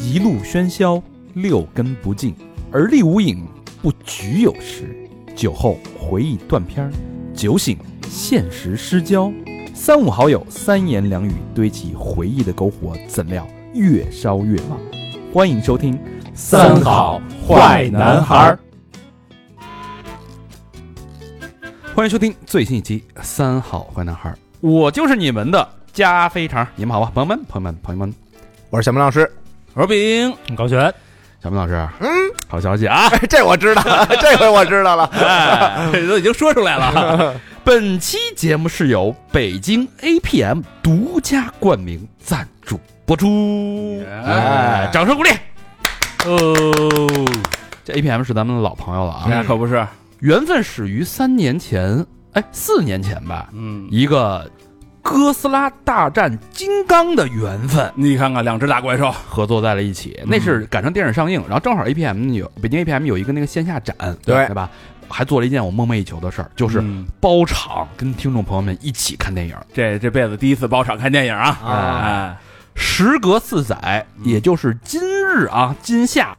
一路喧嚣，六根不净，而立无影，不局有时。酒后回忆断片儿，酒醒现实失焦。三五好友三言两语堆起回忆的篝火，怎料越烧越旺。欢迎收听《三好坏男孩儿》，欢迎收听最新一期《三好坏男孩儿》，我就是你们的加菲肠。你们好吧，啊朋友们，朋友们，朋友们，我是小明老师。我是饼，高璇，小明老师，嗯，好消息 啊！ 这我知道，这回我知道了。哎，这都已经说出来了。本期节目是由北京 APM 独家冠名赞助播出，哎，掌声鼓励。哦，这 APM 是咱们的老朋友了啊，那可不是，缘分始于三年前，哎，四年前吧，嗯，一个哥斯拉大战金刚的缘分你看看两只大怪兽，合作在了一起，嗯那是赶上电影上映，然后正好 APM 有北京 APM 有一个那个线下展，对对吧？还做了一件我梦寐以求的事儿，就就是包场跟听众朋友们一起看电影。嗯这这辈子第一次包场看电影啊，啊哎，时隔四载，嗯也就是今日啊，今夏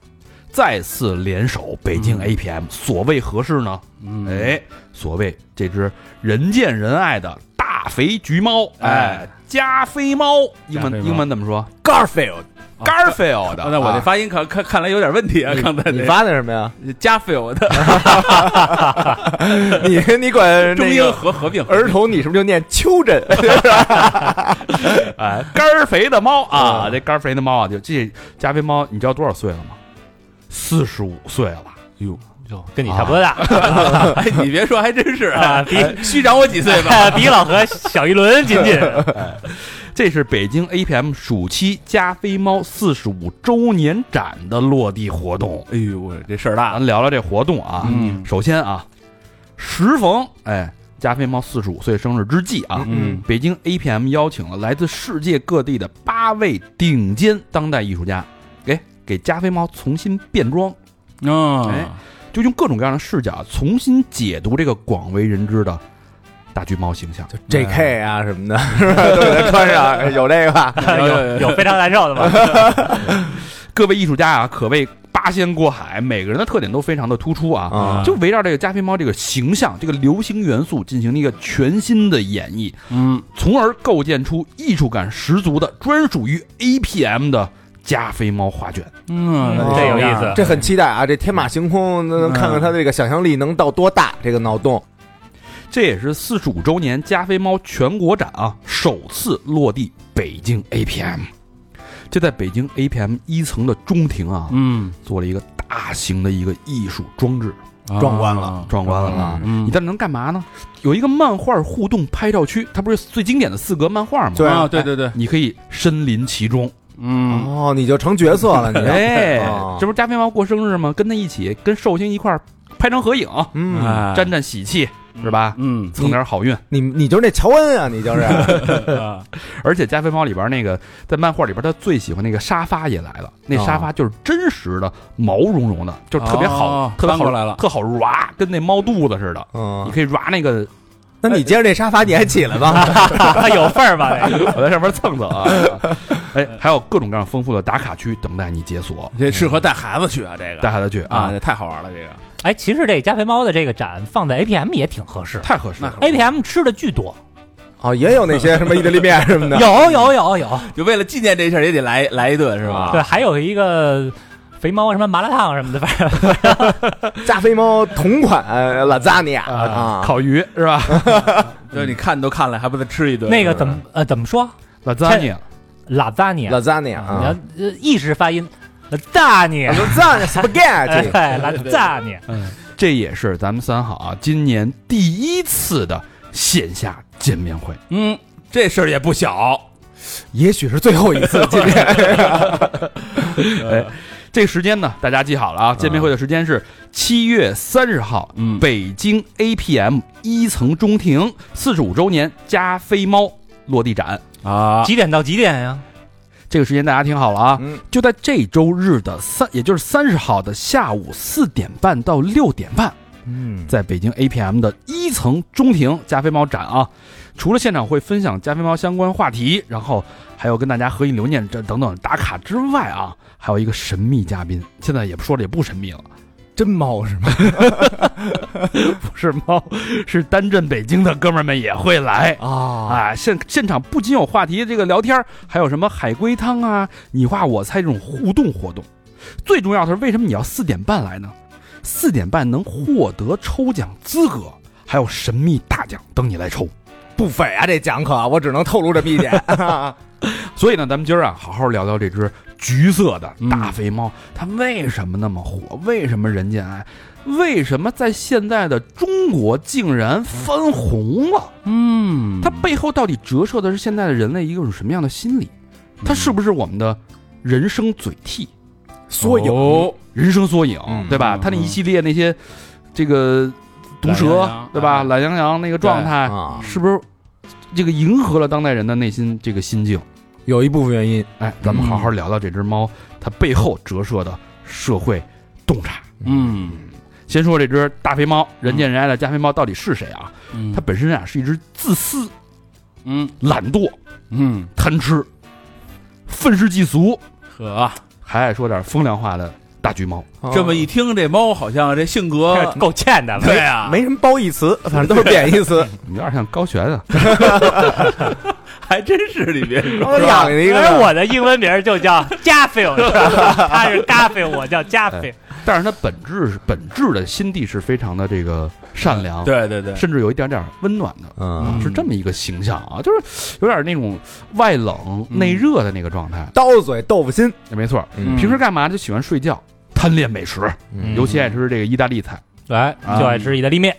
再次联手北京嗯 APM，、所谓何事呢？嗯，哎，所谓这只人见人爱的大肥橘猫，哎哎，加菲猫，英加菲文猫英文怎么说 Garfield，啊？Garfield 那我这发音可看看来有点问题啊，刚才 你这发的什么呀？ Garfield 你你管中那英个合合并，儿童，你是不是就念丘 疹？哎，肝儿肥的猫啊，嗯这肝儿肥的猫啊，就这加菲猫，你知道多少岁了吗？四十五岁了。哟，跟你差不多大，哎，你别说，还真是啊哎比虚长我几岁 吧，比老何小一轮仅仅。这是北京 APM 暑期加菲猫四十五周年展的落地活动。哎呦，我这事儿大，咱聊聊这活动啊，嗯首先啊，时逢哎加菲猫四十五岁生日之际啊，嗯北京 APM 邀请了来自世界各地的八位顶尖当代艺术家，给给加菲猫重新变装，嗯哎就用各种各样的视角重新解读这个广为人知的大橘猫形象。 JK 啊什么的，是吧？都得穿上，哎有这个吧？有有非常难受的吗？各位艺术家啊，可谓八仙过海，每个人的特点都非常的突出啊。啊，就围绕这个加菲猫这个形象、这个流行元素进行了一个全新的演绎，嗯，从而构建出艺术感十足的专属于 APM 的加菲猫画卷。嗯哦这有意思这很期待啊！这天马行空，能能看看他这个想象力能到多大？这个脑洞，这也是四十五周年加菲猫全国展啊，首次落地北京 APM。这在北京 APM 一层的中庭啊，嗯，做了一个大型的一个艺术装置，壮观了，壮观了啊！嗯你在那能干嘛呢？有一个漫画互动拍照区，它不是最经典的四格漫画吗？对啊，对对对，你可以身临其中。嗯，哦，你就成角色了，你哎哦，这不是加菲猫过生日吗？跟他一起，跟寿星一块儿拍张合影，嗯，哎沾沾喜气，是吧？嗯蹭点好运。你你就是那乔恩啊，你就是啊而且加菲猫里边那个，在漫画里边他最喜欢那个沙发也来了，那沙发就是真实的毛茸茸的，就是特别好哦，特别搬好过来了哦特好抓，跟那猫肚子似的。你嗯，可以抓那个，那你接着这沙发你还起来吗？ 有份儿吧？ 我在上面蹭蹭啊！哎，还有各种各样丰富的打卡区等待你解锁，嗯这适合带孩子去啊，这个带孩子去啊，啊，这太好玩了，这个哎，其实这加菲猫的这个展放在 APM 也挺合适太合适了。 ，APM 吃的巨多，哦，也有那些什么意大利面什么的，有有有有，就为了纪念这事儿也得来来一顿是啊吧？对，还有一个肥猫什么麻辣烫什么的，反正加菲猫同款拉扎尼亚啊，啊，烤鱼是 吧？就是你看都看了，还不得吃一顿？那个怎么呃怎么说？拉扎尼，拉扎尼，拉扎尼亚你要啊，呃意式发音，拉扎 尼，拉扎尼 spaghetti，哎，拉扎尼，啊这也是咱们三好啊今年第一次的线下见面会。嗯，这事儿也不小， 也许是最后一 次见面，哎，这个时间呢，大家记好了啊！见面会的时间是七月三十号，嗯北京 APM 一层中庭四十五周年加菲猫落地展。啊，几点到几点呀？这个时间大家听好了啊！嗯就在这周日的三，也就是三十号的下午四点半到六点半，嗯，在北京 APM 的一层中庭加菲猫展啊，除了现场会分享加菲猫相关话题，然后还有跟大家合影留念这等等打卡之外啊，还有一个神秘嘉宾，现在也说的也不神秘了，真猫是吗？不是猫，是单镇北京的哥们儿们也会来。啊，啊，现现场不仅有话题这个聊天儿，还有什么海龟汤啊、你画我猜这种互动活动。最重要的是，为什么你要四点半来呢？四点半能获得抽奖资格，还有神秘大奖等你来抽。不菲啊，这奖可我只能透露这么一点。 所以呢，咱们今儿啊，好好聊聊这只橘色的嗯大肥猫，它为什么那么火？为什么人见爱？为什么在现在的中国竟然翻红了？嗯，它背后到底折射的是现在的人类一个种什么样的心理？嗯它是不是我们的人生嘴替、缩影有人生缩影，嗯对吧？嗯它那一系列那些这个毒懒蛇羊羊，对吧？嗯懒羊羊那个状态，啊，是不是这个迎合了当代人的内心这个心境？有一部分原因，哎，咱们好好聊聊这只猫，它背后折射的社会洞察。嗯，先说这只大肥猫，人见人爱的加菲猫到底是谁啊？它它本身啊是一只自私、嗯懒惰、嗯贪吃、愤世嫉俗，呵，啊还爱说点风凉话的大橘猫。哦这么一听，这猫好像这性格， 够欠的了。对啊，呃没什么褒义词，反正都是贬义 词。有点像高璇啊，还真是里边 刚刚养了一个而呢，我的英文名儿就叫 Garfield，他是 Garfield，我叫 Garfield。 但是它本质是本质的心地是非常的这个善良，，对对对，甚至有一点点温暖的，嗯，是这么一个形象啊，就是有点那种外冷嗯内热的那个状态。刀嘴豆腐心，没错，嗯平时干嘛就喜欢睡觉，贪恋美食，嗯尤其爱吃这个意大利菜，哎，就爱吃意大利面，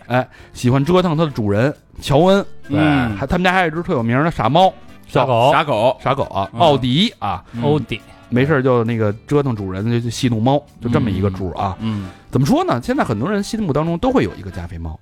喜欢折腾它的主人乔恩，嗯还他们家还有一只特有名的傻猫小狗，傻狗，傻狗啊，嗯奥迪啊，欧弟，没事儿就那个折腾主人，就就戏弄猫，就这么一个主啊。嗯怎么说呢？现在很多人心目当中都会有一个加菲猫，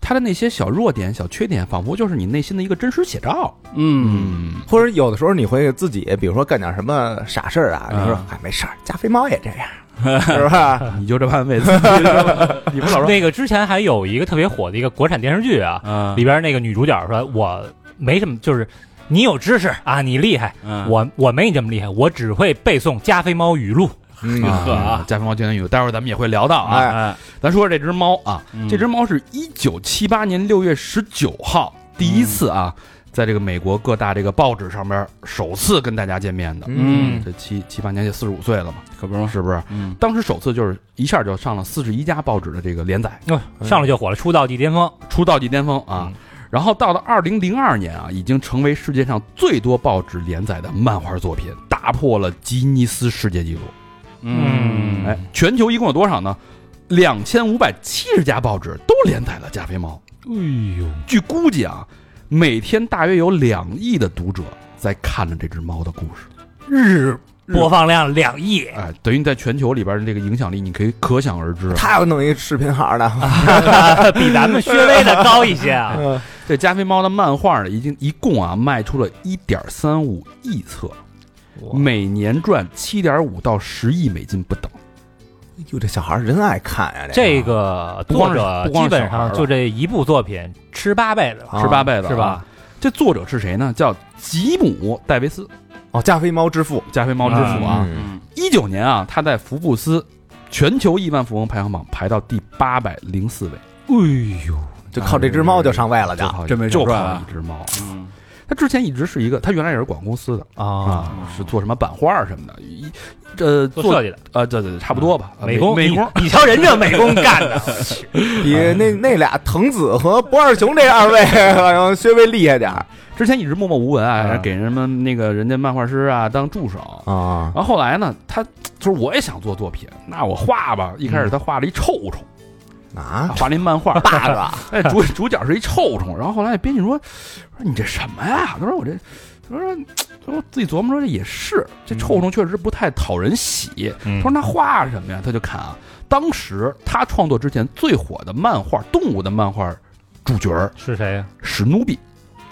它的那些小弱点、小缺点，仿佛就是你内心的一个真实写照。嗯，或者有的时候你会自己，比如说干点什么傻事儿啊，你说哎没事儿，加菲猫也这样， 是吧？嗯你就这么安慰自己， 你不老说 那个之前还有一个特别火的一个国产电视剧嗯啊，啊，里边那个女主角说：“我没什么，就是你有知识啊，你厉害，嗯我我没你这么厉害，我只会背诵加菲猫语录。嗯啊啊，加菲猫经典语录，待会儿咱们也会聊到啊。哎哎，咱说说这只猫啊，嗯这只猫是一九七八年六月十九号第一次啊，嗯在这个美国各大这个报纸上面首次跟大家见面的。嗯这七七八年就四十五岁了嘛，可不是吗，是不是？嗯当时首次就是一下就上了四十一家报纸的这个连载。哦上来就火了，出道即巅峰。出道即巅峰啊。然后到了二零零二年啊，已经成为世界上最多报纸连载的漫画作品，打破了吉尼斯世界纪录。嗯哎，全球一共有多少呢？两千五百七十家报纸都连载了《加菲猫哎呦，》。据估计啊，每天大约有两亿的读者在看着这只猫的故事。日播放量 两亿，哎，等于你在全球里边的这个影响力，你可以可想而知。啊他要弄一视频号的，比咱们稍微的高一些啊。 这加菲猫的漫画呢，已经一共啊卖出了一点三五亿册，每年赚七点五到十亿美金不等。 哟，这小孩儿真爱看呀，这个不光作是者不光基是本小孩儿上了就这一部作品吃八辈子了，啊十八辈子、是吧？？这作者是谁呢？叫吉姆·戴维斯，哦，加菲猫之父，加菲猫之父啊。嗯嗯一九、年啊，他在福布斯全球亿万富翁排行榜排到第八百零四位，哎呦，就靠这只猫就上位了，就就靠真没嗯就少赚靠啊一只猫。嗯他之前一直是一个，他原来也是广告公司的啊，啊，是做什么版画什么的，一这做设做计的呃，对对对，差不多吧，啊美工，美工你你瞧人家美工 干的，我去比那那俩藤子和不二雄这二位 好像稍微厉害点儿之前一直默默无闻啊，嗯给人们那个人家漫画师啊当助手。啊。然后后来呢，他就是我也想做作品，那我画吧。一开始他画了一臭虫，啊，，画了一漫画爸爸，哎，主 主角是一臭虫。然后后来编辑说：“说你这什么呀？”他说：“我这，他说，他说自己琢磨说这也是，这臭虫确实不太讨人喜。嗯他说：“那画什么呀？”他就看啊，当时他创作之前最火的漫画，动物的漫画主角儿是谁呀？史努比。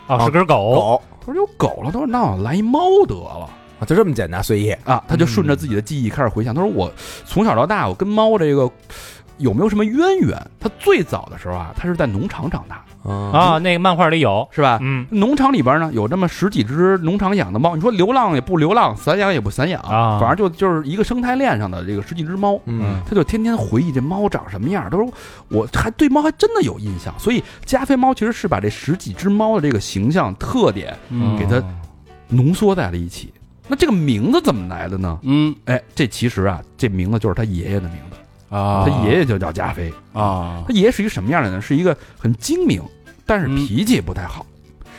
啊哦，是根狗，狗，他说有狗了，他说那我来一猫得了。啊就这么简单随意。啊，他就顺着自己的记忆开始回想。他说：“我从小到大，我跟猫这个有没有什么渊源？他最早的时候啊，他是在农场长大的，啊，啊，那个漫画里有，是吧？嗯农场里边呢有这么十几只农场养的猫，你说流浪也不流浪，散养也不散养，啊反正就就是一个生态链上的这个十几只猫。嗯他就天天回忆这猫长什么样，他说我还对猫还真的有印象，所以加菲猫其实是把这十几只猫的这个形象特点嗯给它浓缩在了一起。那这个名字怎么来的呢？嗯哎，这其实啊，这名字就是他爷爷的名字，啊，他爷爷就叫加菲。啊他爷爷是一个什么样的人？是一个很精明，但是嗯脾气不太好，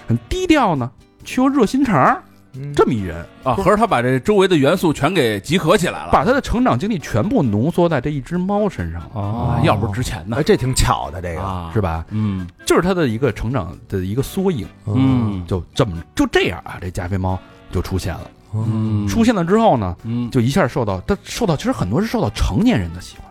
很低调呢，却又热心肠儿嗯这么一人，啊，合着他把这周围的元素全给集合起来了，把他的成长经历全部浓缩在这一只猫身上，哦啊，要不是值钱呢哎，这挺巧的这个，啊，是吧？嗯就是他的一个成长的一个缩影。啊嗯就这么就这样啊，这加菲猫就出现了。嗯出现了之后呢，嗯就一下受到他受到，其实很多是受到成年人的喜欢，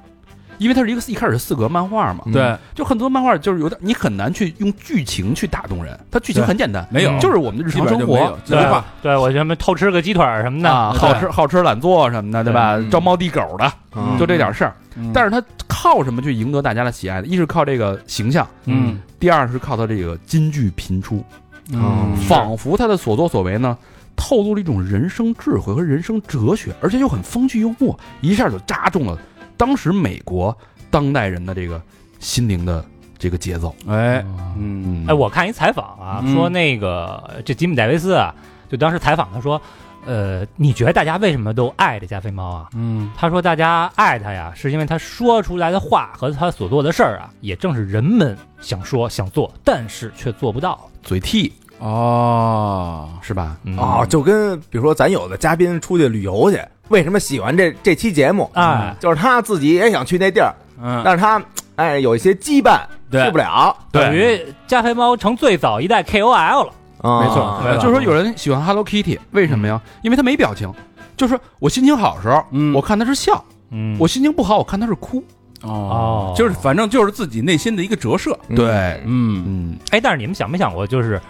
因为它是一个一开始是四格漫画嘛，嗯对就很多漫画就是有点你很难去用剧情去打动人，它剧情对很简单，嗯没有，就是我们的日基常本生上就没活有。就没话对我什么偷吃个鸡腿儿什么的啊，对好吃好吃懒做什么的，对吧？嗯招猫递狗的，嗯就这点事儿。嗯啊但是它靠什么去赢得大家的喜爱呢？一是靠这个形象，嗯第二是靠它这个金句频出，嗯是仿佛他的所作所为呢，透露了一种人生智慧和人生哲学，而且又很风趣幽默，一下就扎中了当时美国当代人的这个心灵的这个节奏。哎嗯哎，我看一采访啊，嗯说那个这吉姆·戴维斯啊，就当时采访他说，呃，你觉得大家为什么都爱这加菲猫啊？嗯他说大家爱他呀，是因为他说出来的话和他所做的事儿啊，也正是人们想说想做，但是却做不到。嘴替哦是吧？嗯哦，就跟比如说咱有的嘉宾出去旅游去，为什么喜欢这这期节目？嗯哎，就是他自己也想去那地儿，嗯但是他哎有一些羁绊，对去不了。等于加菲猫成最早一代 KOL 了。啊没错，对吧就是说有人喜欢 Hello Kitty，为什么呀？因为它没表情。就是我心情好的时候，嗯我看它是笑；嗯我心情不好，我看它是哭。哦就是反正就是自己内心的一个折射，嗯，对，嗯嗯，哎，但是你们想没想过，就是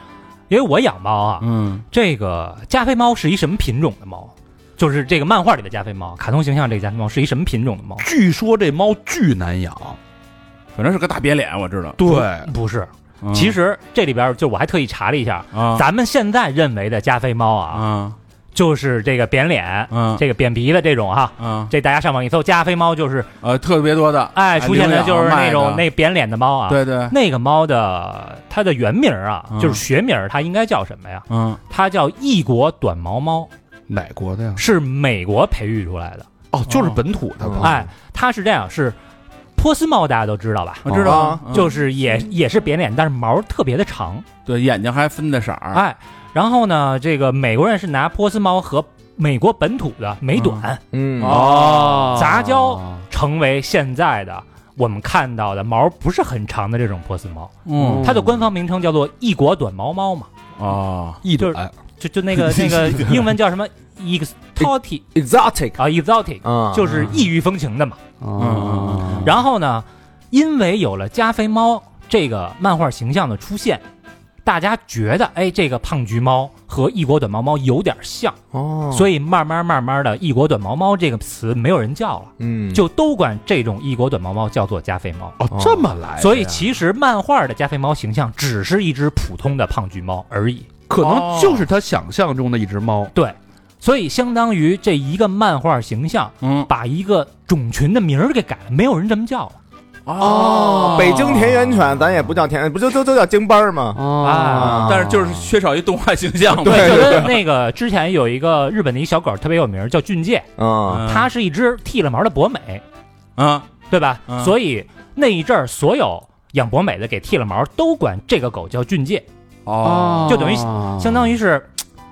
因为我养猫啊，嗯这个加菲猫是一什么品种的猫？就是这个漫画里的加菲猫，卡通形象这个加菲猫是一什么品种的猫？据说这猫巨难养。反正是个大瘪脸，我知道。对，不是，嗯其实这里边儿就我还特意查了一下，啊咱们现在认为的加菲猫啊，啊就是这个扁脸、啊这个扁鼻的这种哈，啊这大家上网一搜，加菲猫就是呃特别多的哎出现的就是那种啊那扁脸的猫啊。对对那个猫的它的原名啊，嗯就是学名，它应该叫什么呀？嗯它叫异国短毛猫，哪国的呀？是美国培育出来的。哦，就是本土的吧。哎，它是这样，是波斯猫，大家都知道吧？我知道啊嗯就是也也是扁脸，但是毛特别的长。对眼睛还分的色儿哎，然后呢，这个美国人是拿波斯猫和美国本土的美短嗯哦哦杂交成为现在的。我们看到的毛不是很长的这种波斯猫，嗯它的官方名称叫做异国短毛猫嘛，哦一就是就就那个那个英文叫什么 exotic ，exotic 啊 exotic，啊，就是异域风情的嘛。哦嗯然后呢，因为有了加菲猫这个漫画形象的出现，大家觉得哎，这个胖橘猫和异国短毛猫有点像，哦，所以以慢慢慢慢的，异国短毛猫这个词没有人叫了，嗯，就都管这种异国短毛猫叫做加菲猫。哦，这么来的呀，所以其实漫画的加菲猫形象只是一只普通的胖橘猫而已。可能就是他想象中的一只猫。对，所以相当于这一个漫画形象嗯把一个种群的名儿给改了，没有人这么叫了。哦，北京田园犬咱也不叫田，不就就就叫京巴儿吗？啊啊，哎但是就是缺少一动画形象 嘛。对，就跟那个之前有一个日本的一小狗特别有名儿，叫俊介，嗯，它是一只剃了毛的博美，啊对吧？嗯所以那一阵儿所有养博美的给剃了毛，都管这个狗叫俊介，哦就等于相当于于是，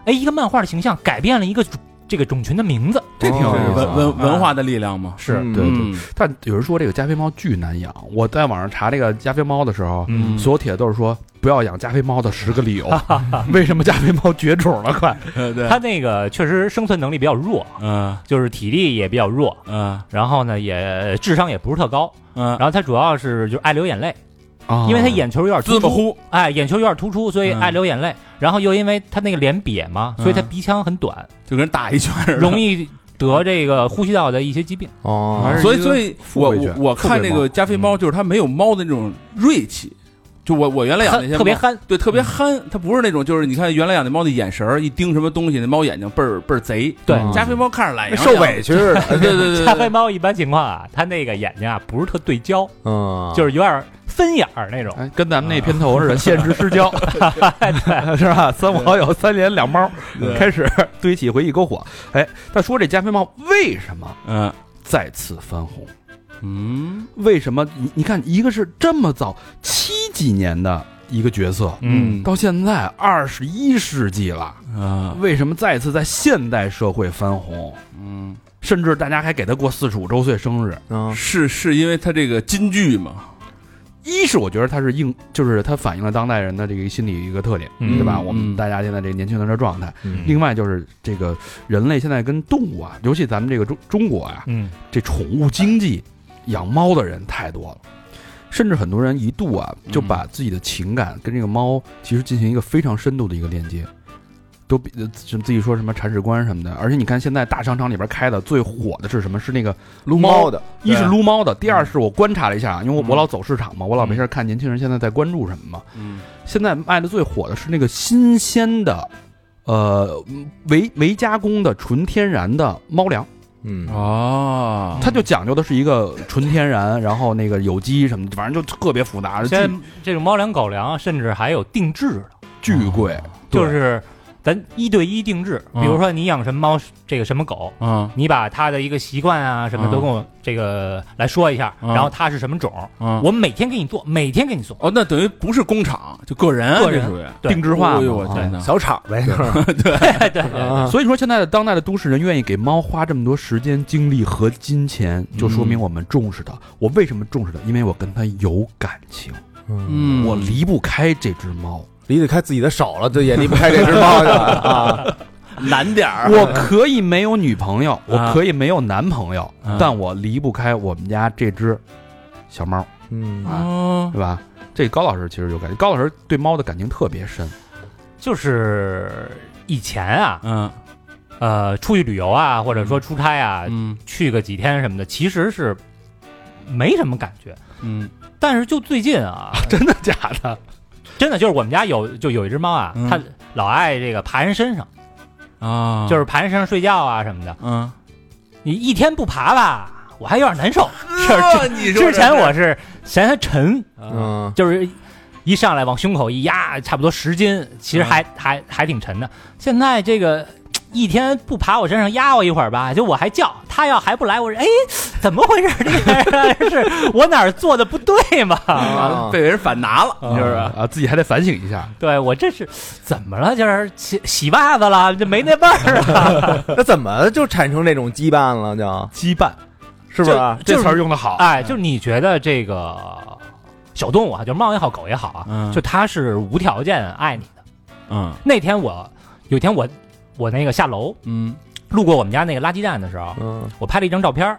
哎，一个漫画的形象改变了一个种这个种群的名字，这挺有意哦文思的文文化的力量嘛。是，嗯对嗯但有人说这个加菲猫巨难养，我在网上查这个加菲猫的时候，嗯所有帖子都是说不要养加菲猫的十个 理由，为什么加菲猫绝种了？快，呃对它那个确实生存能力比较弱，嗯就是体力也比较弱，嗯然后呢也智商也不是特高，嗯然后它主要是就爱流眼泪， 因为它他眼球有点突滋不出。呼哎，眼球有点突出，所以嗯爱流眼泪。然后又因为他那个脸瘪嘛，所以他嗯鼻腔很短，就跟人打一拳似的 容易得这个呼吸道的一些疾病。 哦还是所一以个所以富我贵我犬我富看贵这猫个加菲猫，就是它没有猫的那种锐气，就我我原来养那些憨特别猫憨，对，特别憨，它不是那种就是你看原来养那猫的眼神儿，一盯什么东西，那猫眼睛倍儿倍儿贼。对嗯加菲猫看着懒洋洋，受委屈似的，哎 对。对对对 加菲对，猫一般情况啊，它那个眼睛啊不是特对焦，啊嗯，就是有点分眼儿那种。哎，跟咱们那片头似的，现实失焦， 是吧？三五好友三连两猫，对开始堆起回忆篝火。哎，他说这加菲猫为什么嗯再次翻红？嗯为什么？你你看，一个是这么早七几年的一个角色，嗯到现在二十一世纪了，啊为什么再次在现代社会翻红？嗯，甚至大家还给他过四十五周岁生日。嗯是是因为它这个金句嘛？一是我觉得他是应，就是他反映了当代人的这个心理一个特点，嗯对吧？嗯我们大家现在这个年轻人的状态。嗯另外就是这个人类现在跟动物啊，尤其咱们这个中中国啊，嗯，这宠物经济，养猫的人太多了，甚至很多人一度啊嗯就把自己的情感跟这个猫其实进行一个非常深度的一个链接，都比呃自自己说什么铲屎官什么的。而且你看现在大商场里边开的最火的是什么？是那个撸猫的，一是对撸猫的，第二是我观察了一下，啊因为我嗯我老走市场嘛，我老没事儿看年轻人现在在关注什么嘛。嗯现在卖的最火的是那个新鲜的，呃，没没加工的纯天然的猫粮。嗯哦，它就讲究的是一个纯天然，然后那个有机什么的，反正就特别复杂，现在巨这种猫粮、狗粮，甚至还有定制的，巨贵。对就是咱一对一定制。比嗯如说你养什么猫，这个什么狗，啊你把它的一个习惯啊什么嗯都跟我这个来说一下，嗯然后它是什么种，啊，我每天给你做，每天给你送。哦，那等于不是工厂，就个人啊，个这人属于对定制化哎嘛啊呦我天哪！小厂呗， 就是对对，嗯啊所以说，现在的当代的都市人愿意给猫花这么多时间、精力和金钱，就说嗯明我们重视它。我为什么重视它？因为我跟它有感情，嗯，嗯，我离不开这只猫，离得开自己的手了，就也离不开这只猫去了 啊。难点儿，我可以没有女朋友，我啊可以没有男朋友，啊但我离不开我们家这只小猫，嗯哦，对吧？这高老师其实有感情，高老师对猫的感情特别深。就是以前啊，嗯呃，出去旅游啊，或者说出差啊，嗯去个几天什么的，其实是没什么感觉。嗯但是就最近啊，真的假的？真的就是我们家有就有一只猫啊，嗯它老爱这个爬人身上，啊，就是爬人身上睡觉啊什么的。嗯，你一天不爬吧，我还有点难受。哦哎是你之说之前这我是嫌它沉，嗯就是一上来往胸口一压，差不多十斤，其实还、还还挺沉的。现在这个一天不爬我身上压我一会儿吧，就我还叫它要还不来，我说哎怎么回事？这个啊是我哪儿做的不对吗？啊被人反拿了，你知道吧？哦啊，自己还得反省一下。对我这是怎么了？就是洗洗袜子了，这没那味儿啊！那怎么就产生这种羁绊了？就是羁绊，是啊不是？就这是词儿用的好。哎，就是你觉得这个小动物啊，就是猫也好，狗也好啊，嗯就它是无条件爱你的。嗯那天我有一天我我那个下楼嗯路过我们家那个垃圾站的时候，嗯我拍了一张照片儿，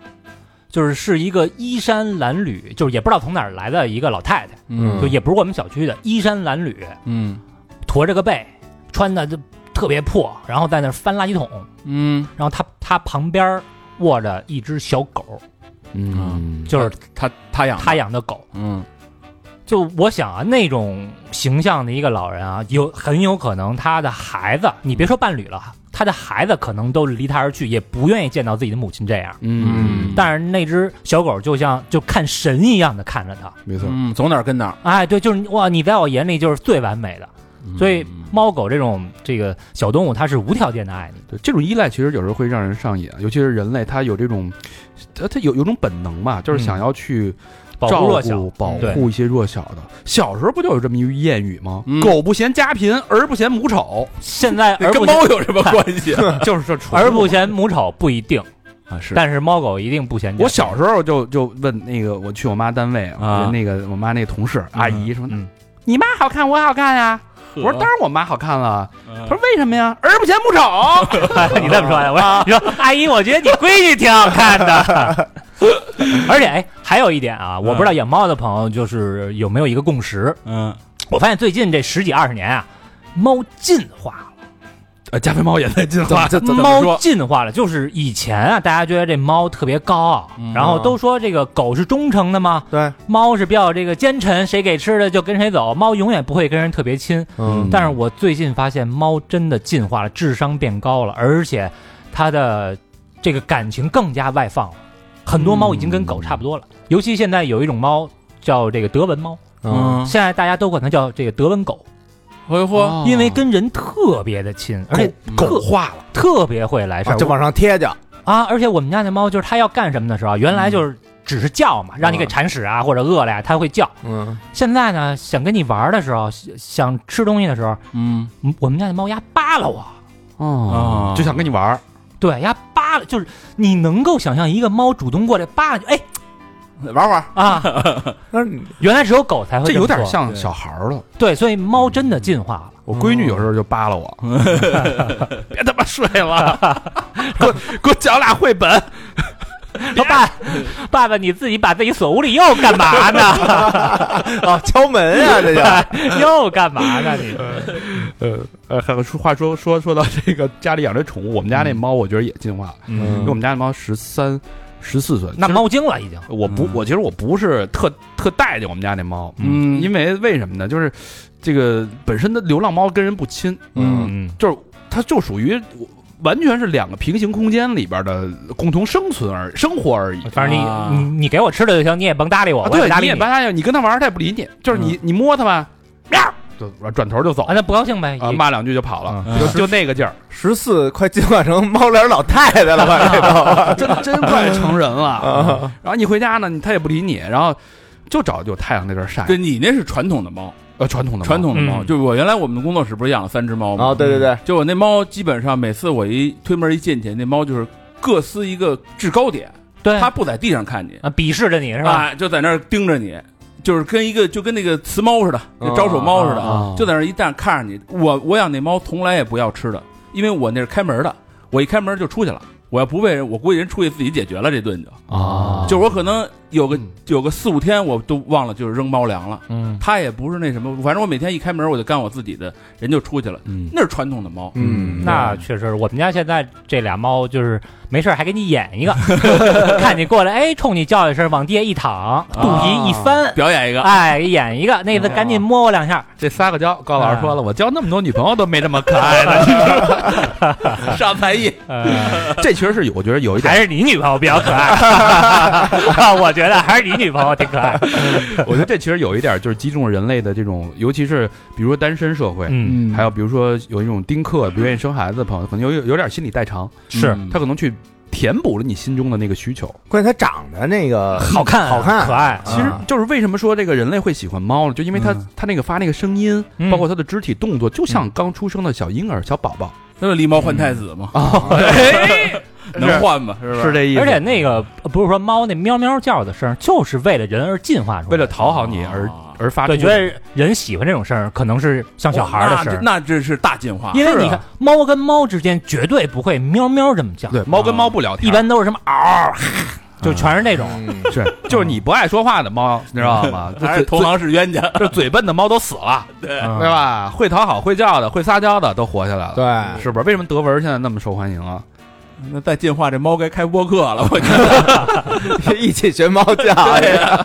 就是是一个衣衫褴褛，就是也不知道从哪儿来的一个老太太，嗯就也不是我们小区的，衣衫褴褛，嗯驼着个背，穿的就特别破，然后在那儿翻垃圾桶，嗯，然后她她旁边儿握着一只小狗，嗯，就是他他养的她，养的狗。嗯就我想啊，那种形象的一个老人啊，有很有可能他的孩子，你别说伴侣了，他的孩子可能都离他而去，也不愿意见到自己的母亲这样。嗯，但是那只小狗就像就看神一样的看着他，没错，嗯，走哪儿跟哪儿，哎，对，就是你哇，你在我眼里就是最完美的。所以嗯猫狗这种这个小动物，它是无条件的爱你。对这种依赖其实有时候会让人上瘾，尤其是人类，他有这种，呃他他有有种本能嘛，就是想要去保照护顾、弱小，保对护一些弱小的。小时候不就有这么一句谚语吗？嗯狗不嫌家贫，儿不嫌母丑，现在那而跟不猫有什么关系就是这宠物而不嫌母丑不一定，啊？是但是猫狗一定不嫌家。我小时候就就问那个，我去我妈单位啊那个我妈那同事阿姨说嗯，你妈好看，我好看呀。我说当然我妈好看了。她说为什么呀？儿不嫌 母丑。 你这么说呀？我你说阿姨，我觉得你闺女挺好看的。 而且哎，还有一点啊，我不知道养猫的朋友就是有没有一个共识。嗯我发现最近这十几二十年啊，猫进化了，呃，加菲猫也在进化，怎么猫嗯进化了，就是以前啊，大家觉得这猫特别高傲，嗯然后都说这个狗是忠诚的嘛，对，猫是比较这个奸臣，谁给吃的就跟谁走，猫永远不会跟人特别亲。嗯但是我最近发现，猫真的进化了，智商变高了，而且它的这个感情更加外放了。很多猫已经跟狗差不多了，嗯尤其现在有一种猫叫这个德文猫，嗯，现在大家都管它叫这个德文狗，哎呦哦嚯，因为跟人特别的亲，而且狗特化了，啊特别会来事儿。就往上贴去，啊，而且我们家那猫就是它要干什么的时候，啊原嗯来就是只是叫嘛，让你给铲屎啊或者饿了呀，它会叫。嗯，现在呢，想跟你玩儿的时候，想想吃东西的时候，嗯嗯我们家那猫呀扒拉我，啊，哦就想跟你玩儿，对呀扒拉，就是你能够想象一个猫主动过来扒拉你，哎玩会儿， 啊，那你原来只有狗才会这么有点做像小孩儿了。对，所以猫真的进化了。我闺女有时候就扒拉 我，别他妈睡了，给我给我讲俩绘本。嗯 说爸，爸爸你自己把自己锁屋里又干嘛呢？ 啊敲哎门呀，这叫又干嘛呢你？呃呃，还有说话说说说到这个家里养这宠物，我们家那猫我觉得也进化了，因为我嗯们家那猫十三、十四岁，那猫精了已经。我不，嗯我其实我不是特特待见我们家那猫，嗯因为为什么呢？就是这个本身的流浪猫跟人不亲，嗯嗯，就是它就属于完全是两个平行空间里边的共同生存而生活而已。反正你、啊你你给我吃的就行，你也甭搭理我，啊，我对也不搭，你理也啊，发现你跟它玩儿，它也不理你，就是你你摸它吧，喵，就转头就走，那不高兴呗，啊也骂两句就跑了，嗯就就那个劲儿，十四快进化成猫脸老太太了吧？这都真真快成人了。啊，然后你回家呢，你它也不理你，然后就找有太阳那阵儿嗯晒，对你那是传统的猫，呃，传统的猫传统的猫，嗯就是我原来我们工作室不是养了三只猫吗？哦对对对，就我那猫基本上每次我一推门一进去，那猫就是各司一个制高点，对它不在地上看你，啊鄙视着你是吧？啊，就在那儿盯着你，就是跟一个就跟那个雌猫似的，那招手猫似的，啊啊就在那儿一旦看着你。我我养那猫从来也不要吃的，因为我那是开门的，我一开门就出去了。我要不喂人，我估计人出去自己解决了这顿就，啊就是我可能有个嗯有个四五天我都忘了就是扔猫粮了。嗯，它也不是那什么，反正我每天一开门我就干我自己的，人就出去了。嗯那是传统的猫，嗯那确实，我们家现在这俩猫就是没事儿还给你演一个， 看你过来，哎，冲你叫一声，往地下一躺，肚皮一翻，表演一个，哎，演一个，那次赶紧摸我两下，这撒个娇，高老师说了，我交那么多女朋友都没这么可爱的。上才艺，呃， 这确实是有，我觉得有一还点，是你女朋友比较可爱， 我觉得还是你女朋友挺可 爱，我觉得这其实有一点就是击中人类的这种，尤其是比如说单身社会，嗯，嗯还有比如说有一种丁克不愿意生孩子的朋友，可能有有有点心理代偿，是嗯他可能去填补了你心中的那个需求。关键它长得那个好看啊，好看可爱，其实啊就是为什么说这个人类会喜欢猫呢？就因为它嗯它那个发那个声音，嗯包括它的肢体动作，就像刚出生的小婴儿、小宝宝那就狸猫换太子 嘛，哎啊，能换吗？是吧？是这意思。而且那个呃不是说猫那喵喵叫的声儿，就是为了人而进化出来的，为了讨好你而啊而发出哦对，的，觉得人喜欢这种声儿，可能是像小孩儿的声儿。那这那这是大进化，因为你是看啊，猫跟猫之间绝对不会喵喵这么叫，对猫跟猫不聊天，一 般都是什么嗷，就全是那种。嗯是，就是你不爱说话的猫，你知道吗？这还是嘴同行是冤家，这嘴笨的猫都死了，嗯 对吧？会讨好、会叫的、会撒娇的都活下来了，对，是不是？为什么德文现在那么受欢迎啊？那再进化这猫该开播客了，我觉得一起学猫叫，哎呀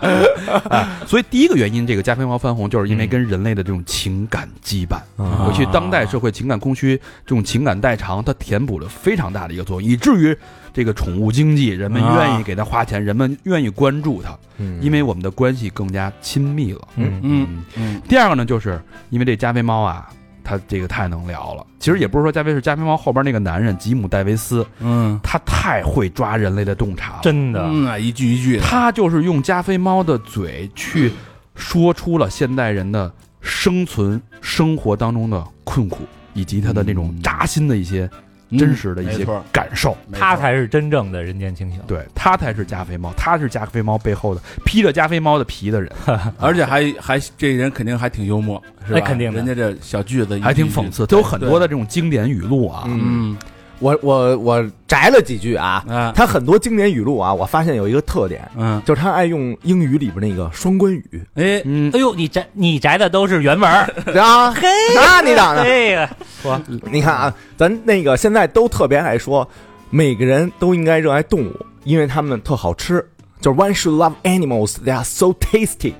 哎所以第一个原因，这个加菲猫翻红，就是因为跟人类的这种情感羁绊，嗯啊尤其当代社会情感空虚、这种情感代偿，它填补了非常大的一个作用，以至于这个宠物经济，人们啊愿意给它花钱，人们愿意关注它，因为我们的关系更加亲密了。嗯嗯嗯第二个呢，就是因为这加菲猫啊，它这个太能聊了。其实也不是说加菲是加菲猫后边那个男人吉姆戴维斯，嗯他太会抓人类的洞察了。真的，嗯啊，一句一句的，他就是用加菲猫的嘴去说出了现代人的生存生活当中的困苦，以及他的那种扎心的一些嗯真实的一没些错感受。没错他才是真正的人间清醒。对他才是加菲猫，他是加菲猫背后的披着加菲猫的皮的人，而且还还这人肯定还挺幽默，是吧？那肯定的人家这小句子一句一句还挺讽刺。都有很多的这种经典语录啊，嗯嗯，我我我摘了几句啊，嗯啊，他很多经典语录啊，我发现有一个特点，嗯，就是他爱用英语里边那个双关语哎，嗯，哎呦，你摘你摘的都是原文儿，哎啊。嘿，那你 咋呢？这个你看啊，咱那个现在都特别爱说，每个人都应该热爱动物，因为它们特好吃。就是 one should love animals, they are so tasty。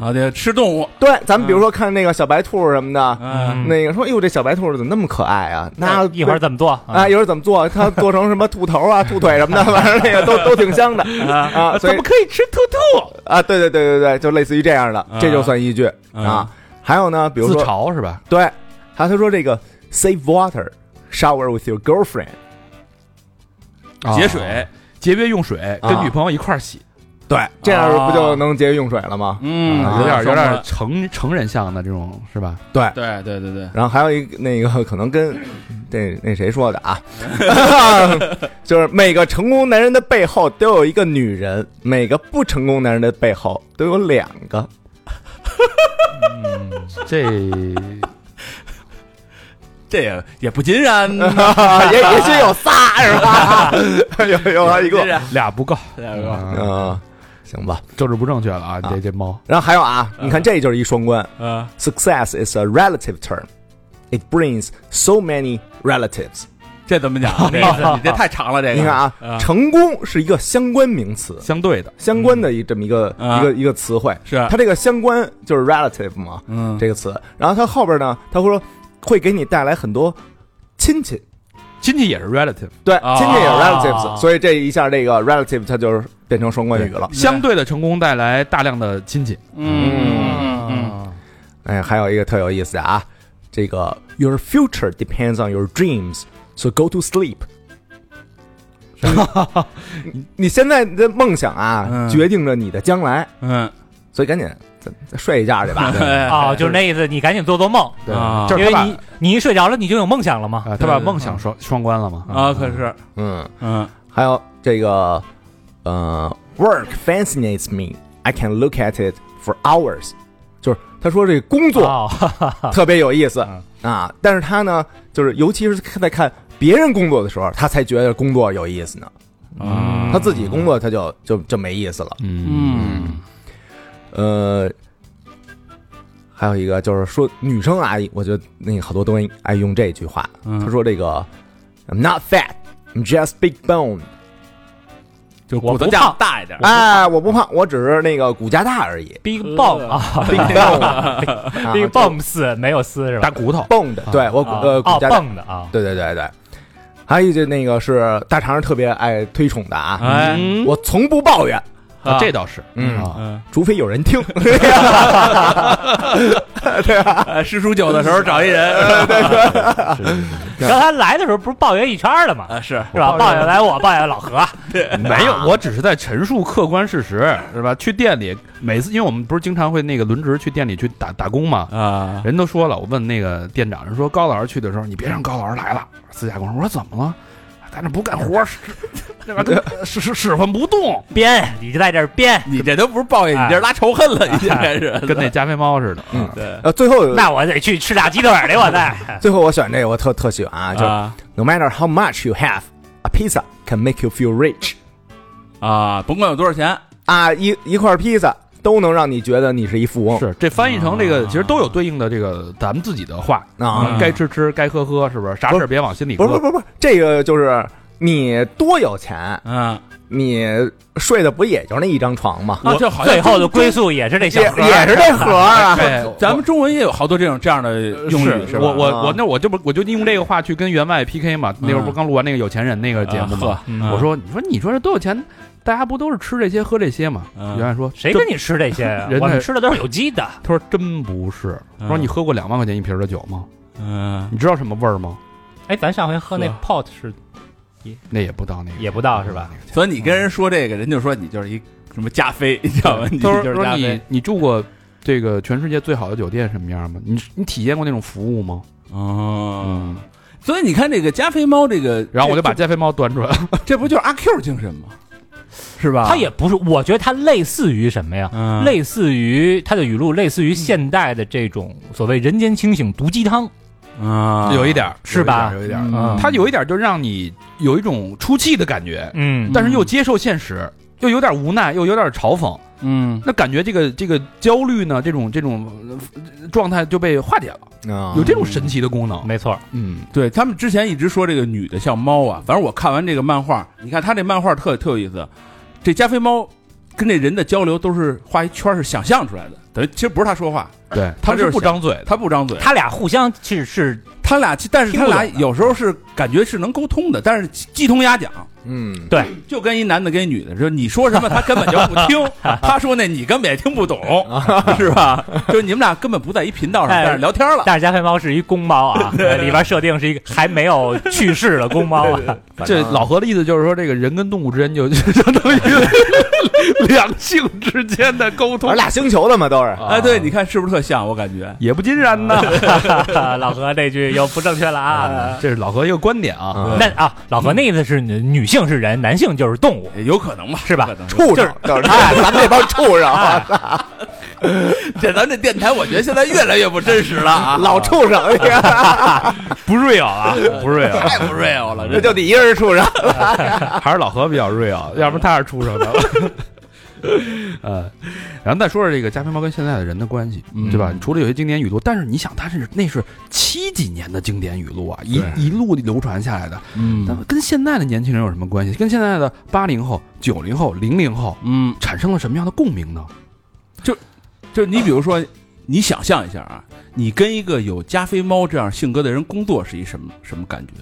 啊，得吃动物，对，咱们比如说看那个小白兔什么的，嗯，那个说，哎哟，这小白兔怎么那么可爱啊？那一会儿怎么做啊？啊，一会儿怎么做？它做成什么兔头啊、兔腿什么的，反正那个都都挺香的啊。所以可以吃兔兔？啊，对对对对对，就类似于这样的，这就算一句嗯啊。还有呢，比如自说嘲是吧？对，还有他说这个 save water, shower with your girlfriend。节啊水，啊节约用水，啊跟女朋友一块儿洗，对，这样不就能节约用水了吗？嗯，啊有点有点双成成人向的这种是吧？对。关，对对对对，然后还有一个那个可能跟 这那谁说的啊， 就是每个成功男人的背后都有一个女人，每个不成功男人的背后都有两个。 这这也也不尽然，嗯也也许有仨是吧？ 有有一不尽个，然，哎俩不够，大哥，嗯嗯，行吧。政治不正确了啊！啊这这猫然后还有啊，你看这就是一双关嗯， ，success is a relative term, it brings so many relatives。这怎么讲？ 这个你这太长了，这个你看啊，成功是一个相关名词，相对的，相关的一这么一个啊一个一个词汇。是啊它这个相关就是 relative 嘛，嗯，这个词。然后它后边呢，它会说会给你带来很多亲戚，亲戚也是 relative，对，啊亲戚也有 relatives，所以这一下这个 relative 它就是变成双关语了。相对的成功带来大量的亲戚，啊嗯嗯哎，还有一个特有意思的啊，这个 Your future depends on your dreams, so go to sleep 你。你你现在的梦想啊，嗯决定着你的将来，嗯所以赶紧咱咱睡一觉去 吧。嗯，哦，就是那意思，你赶紧做做梦，对啊，就因是为他你你一睡着了，你就有梦想了嘛。把啊，他把对梦想双双关了嘛？啊，可是，嗯，嗯，还有这个，呃，Work fascinates me, I can look at it for hours。就是他说这工作哦，特别有意思啊，但是他呢，就是尤其是在看别人工作的时候，他才觉得工作有意思呢。嗯他自己工作他就就就没意思了。嗯呃，还有一个就是说女生啊，我觉得那个好多东西爱用这句话。嗯他说这个 I'm not fat, I'm just big bone。就我骨头不架胖大一点，哎，我不胖，我只是那个骨架大而已。 Big Bang 啊 big bone，啊，Big Bang 四没有四是吧大？骨头 bone 的，对我骨啊呃哦骨架大，棒的啊，对对对对。还有一句那个是大肠特别爱推崇的啊，哎，嗯我从不抱怨，啊这倒是，嗯啊嗯，除非有人听。哎师叔酒的时候找一人，嗯是是是刚才来的时候不是抱怨一圈儿了吗？ 啊，是是吧？抱怨来我，抱怨老何，没啊有，我只是在陈述客观事实，是吧？去店里每次，因为我们不是经常会那个轮值去店里去打打工嘛，啊，人都说了，我问那个店长，人说高老师去的时候，你别让高老师来了。私下跟我说，我说怎么了？在那不干活，使那边跟使使使唤不动，编，你就在这儿编。你这都不是抱怨，你这是拉仇恨了，已经开始，哎跟那加菲猫似的。嗯啊 对，呃，最后那我得去吃俩鸡腿儿去，我再。最后我选这个，我特特喜欢啊，就是啊 No matter how much you have, a pizza can make you feel rich。啊，甭管有多少钱，啊，一一块披萨都能让你觉得你是一富翁。是这翻译成这个，啊其实都有对应的这个咱们自己的话啊嗯该吃吃，该喝喝，是不是？啥事儿别往心里不是不是搁。不是不是，这个就是你多有钱，嗯，啊你睡的不也就那一张床吗？那就好像最后的归宿也是这小也盒儿，也是这盒儿啊。对 我咱们中文也有好多这种这样的用语，吧？呃我我啊我那我就不我就用这个话去跟员外 PK 嘛。那会儿不是刚录完那个有钱人那个节目啊嘛嗯呵？我说你说你说这多有钱，大家不都是吃这些喝这些嘛？嗯员外说谁这跟你吃这些啊？人家我们吃的都是有机的。他说真不是，嗯他说你喝过两万块钱一瓶的酒吗？嗯你知道什么味儿吗？哎，咱上回喝那喝 pot 是那也不到那个，也不到是吧？所以你跟人说这个，人就说你就是一什么加菲，你知道 吗？你他说就他是说加你菲。你住过这个全世界最好的酒店什么样吗？你你体验过那种服务吗？哦，，所以你看这个加菲猫，这个，然后我就把这加菲猫端出来了，这不就是阿 Q 精神吗？是吧？它也不是，我觉得它类似于什么呀？嗯类似于它的语录，类似于现代的这种所谓人间清醒毒鸡汤。啊有一点儿是吧有一点儿，有一点儿嗯它有一点儿就让你有一种出气的感觉，嗯但是又接受现实，又有点无奈，又有点嘲讽，嗯那感觉这个这个焦虑呢，这种这种呃状态就被化解了，啊有这种神奇的功能。没错，嗯对他们之前一直说这个女的像猫啊，反正我看完这个漫画，你看他这漫画特特有意思，这加菲猫跟这人的交流都是画一圈儿是想象出来的，等于其实不是他说话，对，他他就是是不张嘴的，他不张嘴，他俩互相是是他俩其但是他俩听不懂的有时候是感觉是能沟通的，但是鸡同鸭讲，嗯，对就跟一男的跟一女的，就是你说什么他根本就不 听，他说那你根本也听不懂，是吧？就是你们俩根本不在一频道上，哎但是聊天了。但是加菲猫是一公猫啊，里边设定是一个还没有去世的公猫啊，这老何的意思就是说，这个人跟动物之间就 就相当于两性之间的沟玩通，俩星球的嘛，都是哎，对，你看是不是特像？我感觉也不尽然呢。老何这句又不正确了啊。这是老何一个观点啊。嗯那啊，老何那意思是女女性是人，男性就是动物，也有可能吧，是吧有可能畜生，就是哎咱们这帮畜生啊，这咱这电台，我觉得现在越来越不真实了 啊， 老畜生，哎呀不 real 啊，不 real。太不 real 了，这这就你一人是畜生。还是老何比较 real，要不然他是出生的。 呃，然后再说说这个加菲猫跟现在的人的关系，嗯对吧？除了有些经典语录，但是你想，它是那是七几年的经典语录啊，一对一路流传下来的，咱嗯们跟现在的年轻人有什么关系？跟现在的八零后、九零后、零零后嗯，产生了什么样的共鸣呢？就是你比如说，你想象一下啊，你跟一个有加菲猫这样性格的人工作是一什么什么感觉？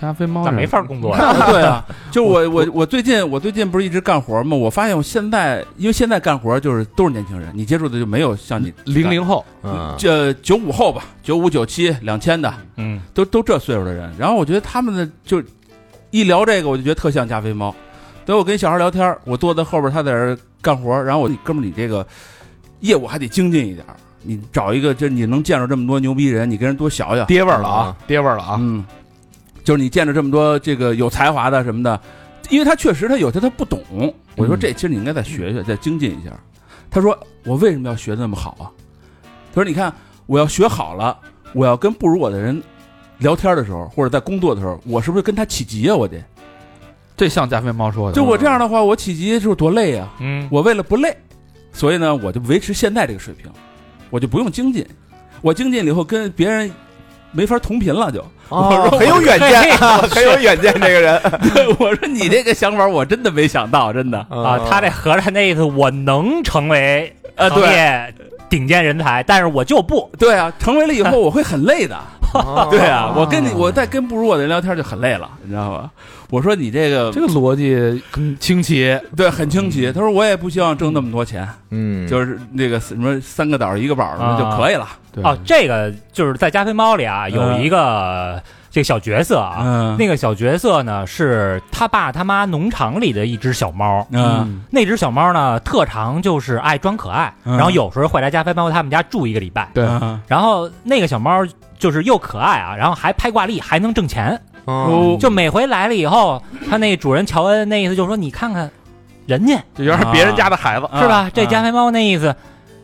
加菲猫那人没法工作呀，啊对 啊，就我我我最近我最近不是一直干活吗？我发现我现在因为现在干活就是都是年轻人，你接触的就没有像你零零后，嗯，这九五后吧，九五九七两千的嗯，都都这岁数的人。然后我觉得他们的就一聊这个，我就觉得特像加菲猫。等我跟小孩聊天，我坐在后边，他在这儿干活，然后我哥们儿，你这个业务还得精进一点儿，你找一个这你能见着这么多牛逼人，你跟人多学学。爹味儿了啊，爹味儿了啊，嗯，就是你见着这么多这个有才华的什么的，因为他确实他有些他不懂，我就说嗯这其实你应该再学学，再精进一下。他说我为什么要学那么好啊？他说你看我要学好了，我要跟不如我的人聊天的时候，或者在工作的时候，我是不是跟他起急啊？我得哦这像加菲猫说的，就我这样的话，我起急就是多累啊！嗯，我为了不累，所以呢，我就维持现在这个水平，我就不用精进，我精进了以后跟别人没法同频了就。我哦说很有远见，啊很有远见，这个 人 我说你这个想法我真的没想到，真的。啊，哦他这合着那意思，我能成为 呃行嗯对业顶尖人才，但是我就不，对啊，成为了以 后我会很累的。 哦对啊，我跟你我再跟不如我的人聊天就很累了，你知道吧？我说你这个这个逻辑很清奇，对很清奇。他说我也不希望挣那么多钱，嗯，就是那个什么三个岛一个宝啊的就可以了。对哦，这个就是在《加菲猫》里啊，有嗯一个、这个小角色啊，嗯那个小角色呢是他爸他妈农场里的一只小猫。嗯那只小猫呢，特长就是爱装可爱，嗯然后有时候会来加菲猫他们家住一个礼拜。对嗯然后那个小猫就是又可爱啊，然后还拍挂历，还能挣钱。哦就每回来了以后，他那主人乔恩那意思就说：“你看看人家就有点别人家的孩子，是吧？啊这加菲猫那意思，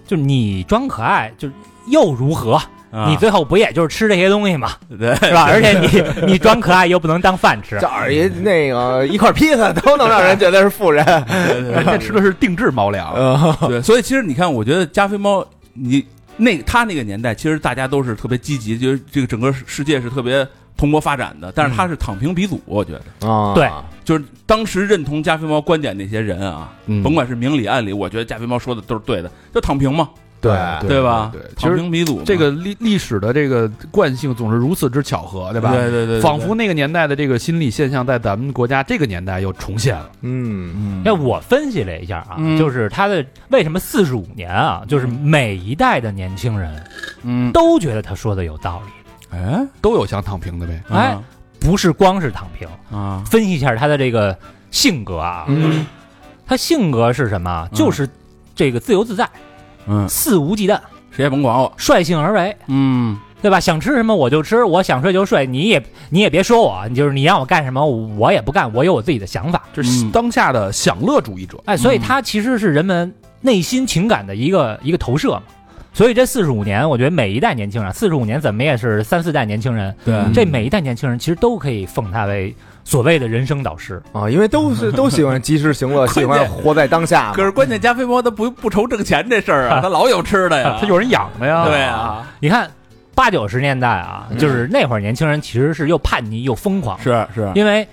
就是你装可爱，就是又如何？啊你最后不也就是吃这些东西嘛， 对是吧？而且你你装可爱又不能当饭吃这，二爷那个一块披萨都能让人觉得是富人，对对 人家吃的是定制猫粮，嗯对对，所以其实你看，我觉得加菲猫你。那他那个年代，其实大家都是特别积极，就是这个整个世界是特别蓬勃发展的。但是他是躺平鼻祖，我觉得。 啊对就是当时认同加菲猫观点那些人啊，嗯甭管是明里暗里，我觉得加菲猫说的都是对的，就躺平嘛，对对对吧？对，其躺实平鼻祖嘛，这个历历史的这个惯性总是如此之巧合，对对吧？对对对，仿佛那个年代的这个心理现象，在咱们国家这个年代又重现了。嗯嗯那哎我分析了一下啊，嗯就是他的为什么四十五年啊，就是每一代的年轻人嗯都觉得他说的有道理，哎都有想躺平的呗，哎不是光是躺平。啊分析一下他的这个性格啊，嗯他性格是什么啊？嗯就是这个自由自在、嗯，肆无忌惮、谁也甭管我，率性而为，嗯对吧？想吃什么我就吃，我想睡就睡，你也你也别说我，你就是你让我干什么我也不干，我有我自己的想法。就是嗯当下的享乐主义者。哎，所以嗯它其实是人们内心情感的一个一个投射嘛。所以这四十五年，我觉得每一代年轻人，四十五年怎么也是三四代年轻人，对这每一代年轻人其实都可以奉他为所谓的人生导师。啊，因为都是都喜欢及时行 乐，喜欢关键活在当下嘛。可是关键加菲猫它不不愁挣钱这事儿啊，它老有吃的呀， 他有人养的呀，对嗯啊，你看八九十年代啊，就是那会儿年轻人其实是又叛逆又疯狂，是是，因为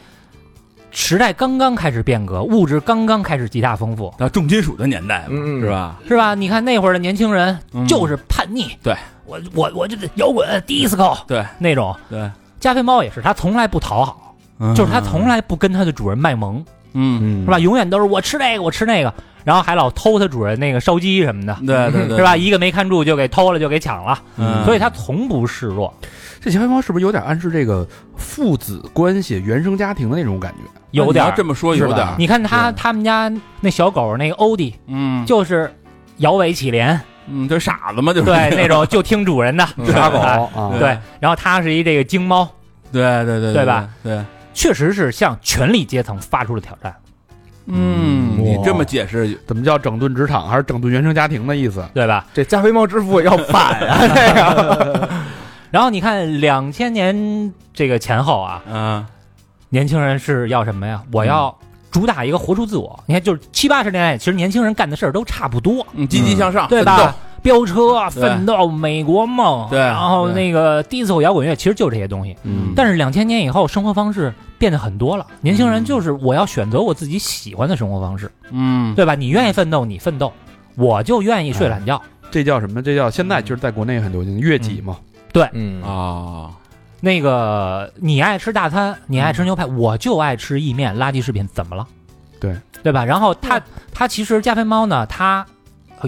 时代刚刚开始变革，物质刚刚开始极大丰富，那重金属的年代嘛，嗯嗯是吧？是吧？你看那会儿的年轻人嗯就是叛逆，对我我我就得摇滚、disco 对那种。对，加菲猫也是，他从来不讨好，嗯就是他从来不跟他的主人卖萌，嗯，嗯是吧？？永远都是我吃这个，我吃那个，然后还老偷他主人那个烧鸡什么的，对对对，嗯是吧？一个没看住就给偷了，就给抢了，嗯所以他从不示弱。这小黑猫是不是有点暗示这个父子关系、原生家庭的那种感觉？有点你儿要这么说有点儿，你看他他们家那小狗那个欧弟，嗯，就是摇尾乞怜，嗯，这傻子嘛， 就是对那种就听主人 的傻狗哎啊，嗯对，然后他是一这个京猫，对对对对吧？对，确实是向权力阶层发出了挑战。嗯，你哇这么解释，怎么叫整顿职场，还是整顿原生家庭的意思？对吧？这加菲猫之父要 反啊，这个然后你看两千年这个前后啊，嗯年轻人是要什么呀？我要主打一个活出自我。你看，就是七八十年代，其实年轻人干的事儿都差不多，嗯，积极向上，对奋吧斗？？飙车啊、对奋斗、美国梦，对然后对那个 disco 摇滚乐，其实就这些东西。嗯但是两千年以后，生活方式变得很多了。年轻人就是我要选择我自己喜欢的生活方式，嗯，对吧？你愿意奋斗，你奋斗，我就愿意哎睡懒觉。这叫什么？这叫现在就是在国内很流行悦己嘛。嗯啊，那个你爱吃大餐，你嗯爱吃牛排，我就爱吃意面、垃圾食品，怎么了？对对吧？然后他他其实加菲猫呢，他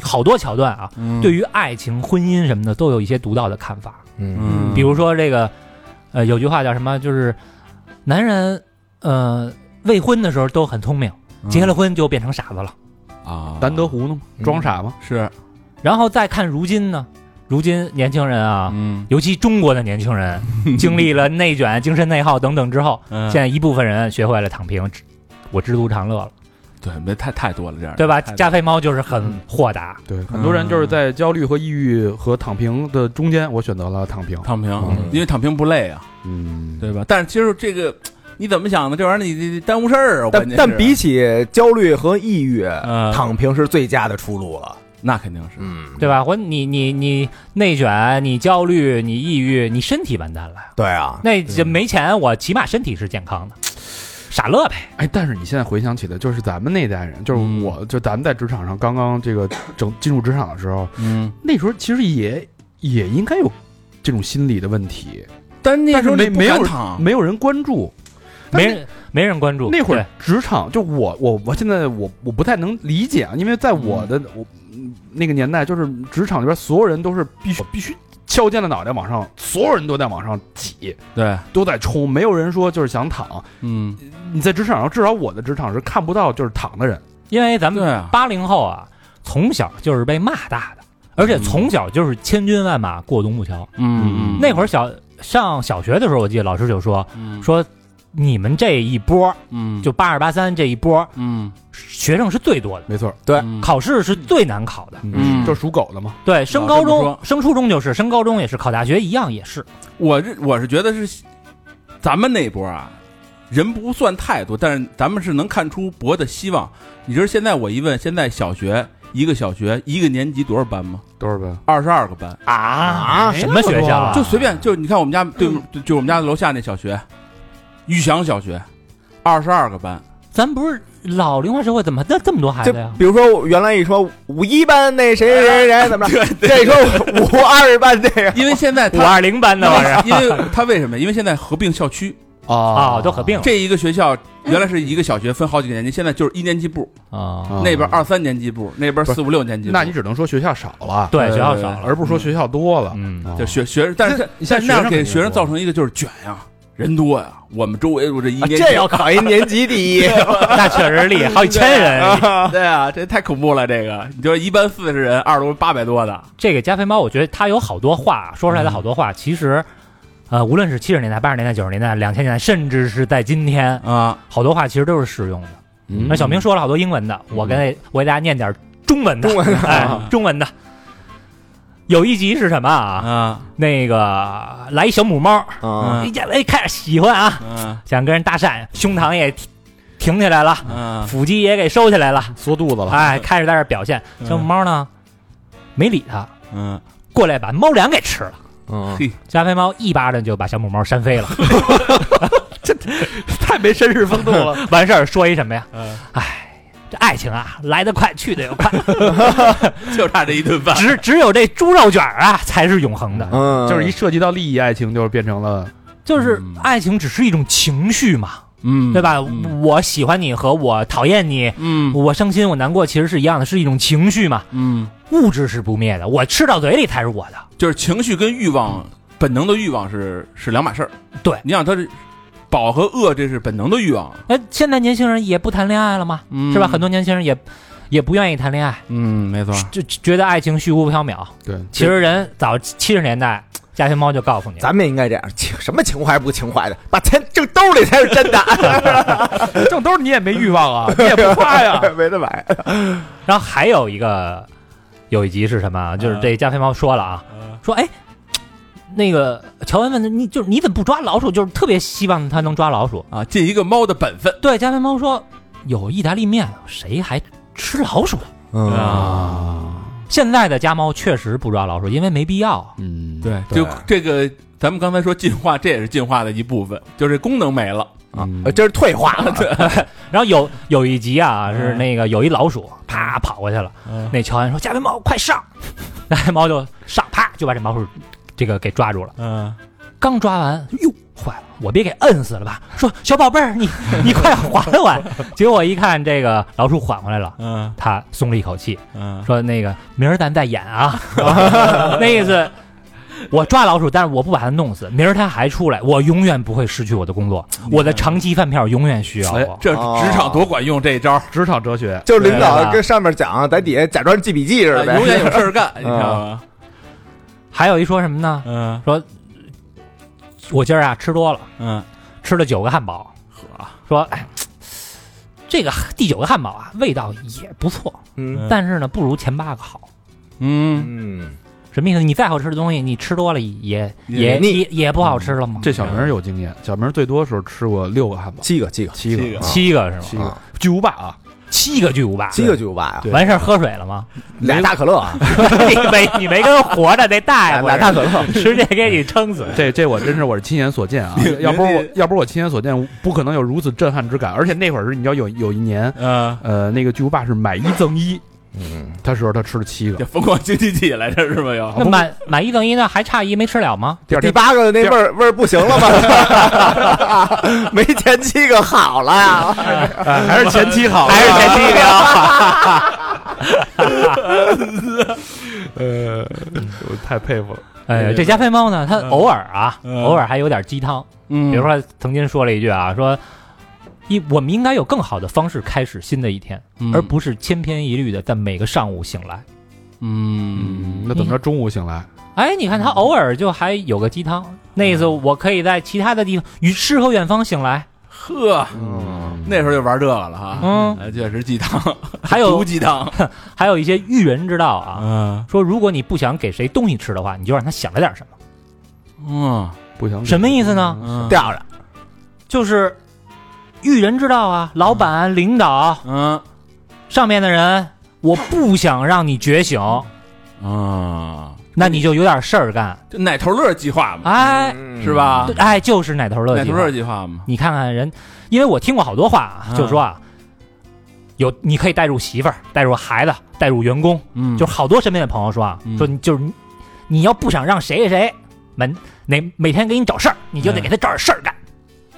好多桥段啊，嗯对于爱情、婚姻什么的都有一些独到的看法。嗯嗯，比如说这个，呃，有句话叫什么？就是男人，呃，未婚的时候都很聪明，结了婚就变成傻子了。嗯啊，难得糊弄，嗯装傻嘛。是，然后再看如今呢，如今年轻人啊，嗯，尤其中国的年 轻人，经历了内卷、精神内耗等等之后，现嗯现在一部分人学会了躺平，知我知足常乐了，对，没太太多了嗯这样的，对吧？太多加菲猫就是很豁达，对，很多人就是在焦虑和抑郁和躺平的中间，我选择了躺平。躺平嗯，因为躺平不累啊，嗯，对吧？但是其实这个你怎么想的？这玩意儿你你你耽误事儿啊，我但关键是但比起焦虑和抑郁，呃躺平是最佳的出路了。那肯定是，嗯，对吧？我你你你内卷，你焦虑，你抑郁，你身体完蛋了嗯呀。对啊，那这没钱，我起码身体是健康的，傻乐呗。哎，但是你现在回想起来，就是咱们那代人，就是嗯我，就咱们在职场上刚刚这个整进入职场的时候，嗯，那时候其实也也应该有这种心理的问题，但是那但时是候没你不没敢有嗯躺，没有人关注，但没是人没人关注。那会对儿职场就我我我现在我我不太能理解啊，因为在我的、我嗯那个年代，就是职场里边所有人都是必须必须敲尖了脑袋往上，所有人都在往上挤，对，都在冲，没有人说就是想躺。嗯，你在职场上，至少我的职场是看不到就是躺的人，因为咱对们啊，八零后啊，从小就是被骂大的，而嗯且从小就是千军万马过独木桥。嗯那会儿小上小学的时候，我记得老师就说儿说，你们这一波嗯，就八二八三这一波嗯，学生是最多的，没错，对嗯考试是最难考的。嗯就属狗的嘛。对，升高这么中、升初中就是，升高中也是，考大学一样也是。我是我是觉得是咱们那一波啊，人不算太多，但是咱们是能看出博的希望。你知道现在我一问，现在小学一个小学一个年级多少班吗？多少呗？二十二个班，啊什么学校啊？就随便就你看我们家对，就就我们家楼下那小学，玉祥小学，二十二个班，咱不是老龄化社会，怎么那这么多孩这子呀？比如说，原来一说五一班那谁谁谁谁怎么 着，这一说五二班这个，因为现在五他。二零班的玩意儿因为他为什么？因为现在合并校区，啊，都合并了这一个学校原来是一个小学分好几个年级，现在就是一年级部，啊。啊那边二三年级部，那边四五六年级部。那你只能说学校少了，对，呃学校少了，而不是说学校多了。嗯，啊就学学，但是现在学但是那生样肯给定学生多造成一个就是卷呀，人多呀。我们周围我这一啊年级这要考一年级第一， 那确实厉害，好几千人。 对啊，这太恐怖了。这个你就一般四十人，二楼八百多的，这个加菲猫，我觉得它有好多话说出来的好多话，其实，呃，无论是七十年代、八十年代、九十年代、两千年代，甚至是在今天，啊，好多话其实都是适用的。嗯那小明说了好多英文的，我跟我给大家念点中文的，中文哎，中文的。有一集是什么啊？啊那个来一小母猫，啊，一见哎开始喜欢啊，啊想跟人搭讪，胸膛也挺挺起来了，啊！腹肌也给收起来了，缩肚子了，哎，开始在这表现。嗯小母猫呢，没理他，嗯，过来把猫粮给吃了。嗯嘿加菲猫一巴掌就把小母猫扇飞了， 太没绅士风度了。完事儿说一什么呀？嗯哎，这爱情啊，来得快，去得也快，就差这一顿饭，只只有这猪肉卷儿啊才是永恒的。嗯，就是一涉及到利益爱情，就是变成了就是嗯爱情只是一种情绪嘛，嗯对吧？嗯我喜欢你和我讨厌你，嗯我伤心我难过，其实是一样的，是一种情绪嘛。嗯，物质是不灭的，我吃到嘴里才是我的。就是情绪跟欲望、本能的欲望是是两码事儿。对你想他是饱和饿，这是本能的欲望，哎，现在年轻人也不谈恋爱了吗？嗯是吧？很多年轻人也也不愿意谈恋爱，嗯，没错，就就觉得爱情虚无缥缈。对，其实人早七十年代，加菲猫就告诉你了，咱们也应该这样，情什么情怀不情怀的，把钱挣兜里才是真的，正兜你也没欲望啊，你也不花呀。没得买。然后还有一个有一集是什么嗯啊？就是这加菲猫说了啊，说哎，那个乔恩问你，就是你怎么不抓老鼠？就是特别希望他能抓老鼠。啊，尽一个猫的本分对，加菲猫说有意大利面，谁还吃老鼠呀？啊，现在的家猫确实不抓老鼠，因为没必要。嗯，对，对就这个。咱们刚才说进化，这也是进化的一部分，就是功能没了。啊嗯，呃这是退化了，然后有有一集啊，是嗯那个有一老鼠啪跑过去了，嗯那乔恩说加菲猫快上， 加菲猫就上啪就把这老鼠这个给抓住了。嗯，刚抓完，哟，坏了，我别给摁死了吧？说小宝贝儿，你你快缓缓。 结果一看这个老鼠缓回来了，嗯他松了一口气，嗯，说那个明儿咱再演啊， 那意思。我抓老鼠，但是我不把它弄死。明儿它还出来，我永远不会失去我的工作，我的长期饭票永远需要哎我，。这职场多管用这一招儿，职场哲学，就是领对导吧跟上面讲，在底下假装记笔记似的啊永呗。嗯远有事儿干，你知道吗？还有一说什么呢？嗯我今儿啊吃多了，嗯，吃了九个汉堡，呵，说哎，这个第九个汉堡啊味道也不错，嗯但是呢不如前八个好。嗯，嗯，什么意思？你再好吃的东西，你吃多了也也也腻也也不好吃了吗？这小明儿有经验，小明儿最多时候吃过六个汉堡，七个七个七七个个啊，七个是吗？七个啊巨无霸啊，七个巨无霸，七个九八呀，对完事儿喝水了吗？ 俩大可乐啊，你没你没跟活着那大俩爷俩大可乐。直接给你撑 死。这这我真是我是亲眼所见啊你，要不是我你要不是我亲眼所见，不可能有如此震撼之感。而且那会儿是你知道有有一年，嗯，呃，那个巨无霸是买一赠一，嗯，他时候他吃了七这个，疯狂经济起来这是吧？又那买买一赠一呢，还差一没吃了吗？第二第天八个那味儿味儿不行了吗？没前七个好了呀。哎还是前期好， 还是前七个啊？呃，我太佩服了。哎呀，这加菲猫呢，它偶尔啊，嗯偶尔还有点鸡汤。嗯比如说，曾经说了一句啊，说一我们应该有更好的方式开始新的一天，嗯而不是千篇一律的在每个上午醒来。嗯，嗯那怎么着中午醒来？哎，你看他偶尔就还有个鸡汤，那意思我可以在其他的地方与诗和远方醒来。呵，嗯，那时候就玩这个了哈，嗯， 哎确实鸡汤，还毒有鸡汤，还有一些育人之道啊，嗯说如果你不想给谁东西吃的话，你就让他想着点什么。嗯不想什么意思呢？嗯吊着，就是育人之道啊，老板、领导、嗯上面的人，我不想让你觉醒，啊，那你就有点事儿干。就奶头乐计划嘛，哎，嗯是吧？对哎，就是奶头乐奶计头划乐计划嘛，你看看人，因为我听过好多话啊，嗯就说啊，有你可以带入媳妇儿，带入孩子，带入员工，嗯就是好多身边的朋友说啊，嗯说你就是你你要不想让谁谁谁每每每天给你找事儿，你就嗯得给他找点事儿干。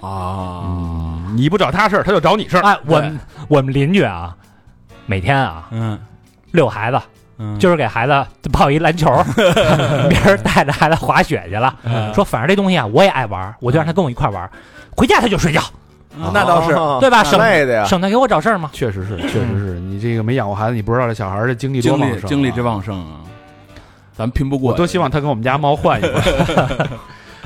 啊，嗯，你不找他事儿，他就找你事儿。哎，嗯对我们我们邻居啊，每天啊嗯遛孩子，嗯，就是给孩子抱一篮球， 明儿带着孩子滑雪去了，嗯说反正这东西啊我也爱玩儿，我就让他跟我一块儿玩儿，回家他就睡觉，嗯那倒是，对吧挺哦累嗯的呀。省得给我找事儿嘛。确 实是，确实是你这个没养过孩子，你不知道这小孩儿的精力多 精旺力盛啊，精力之旺盛啊，咱们拼不过，我多希望他跟我们家猫换一换。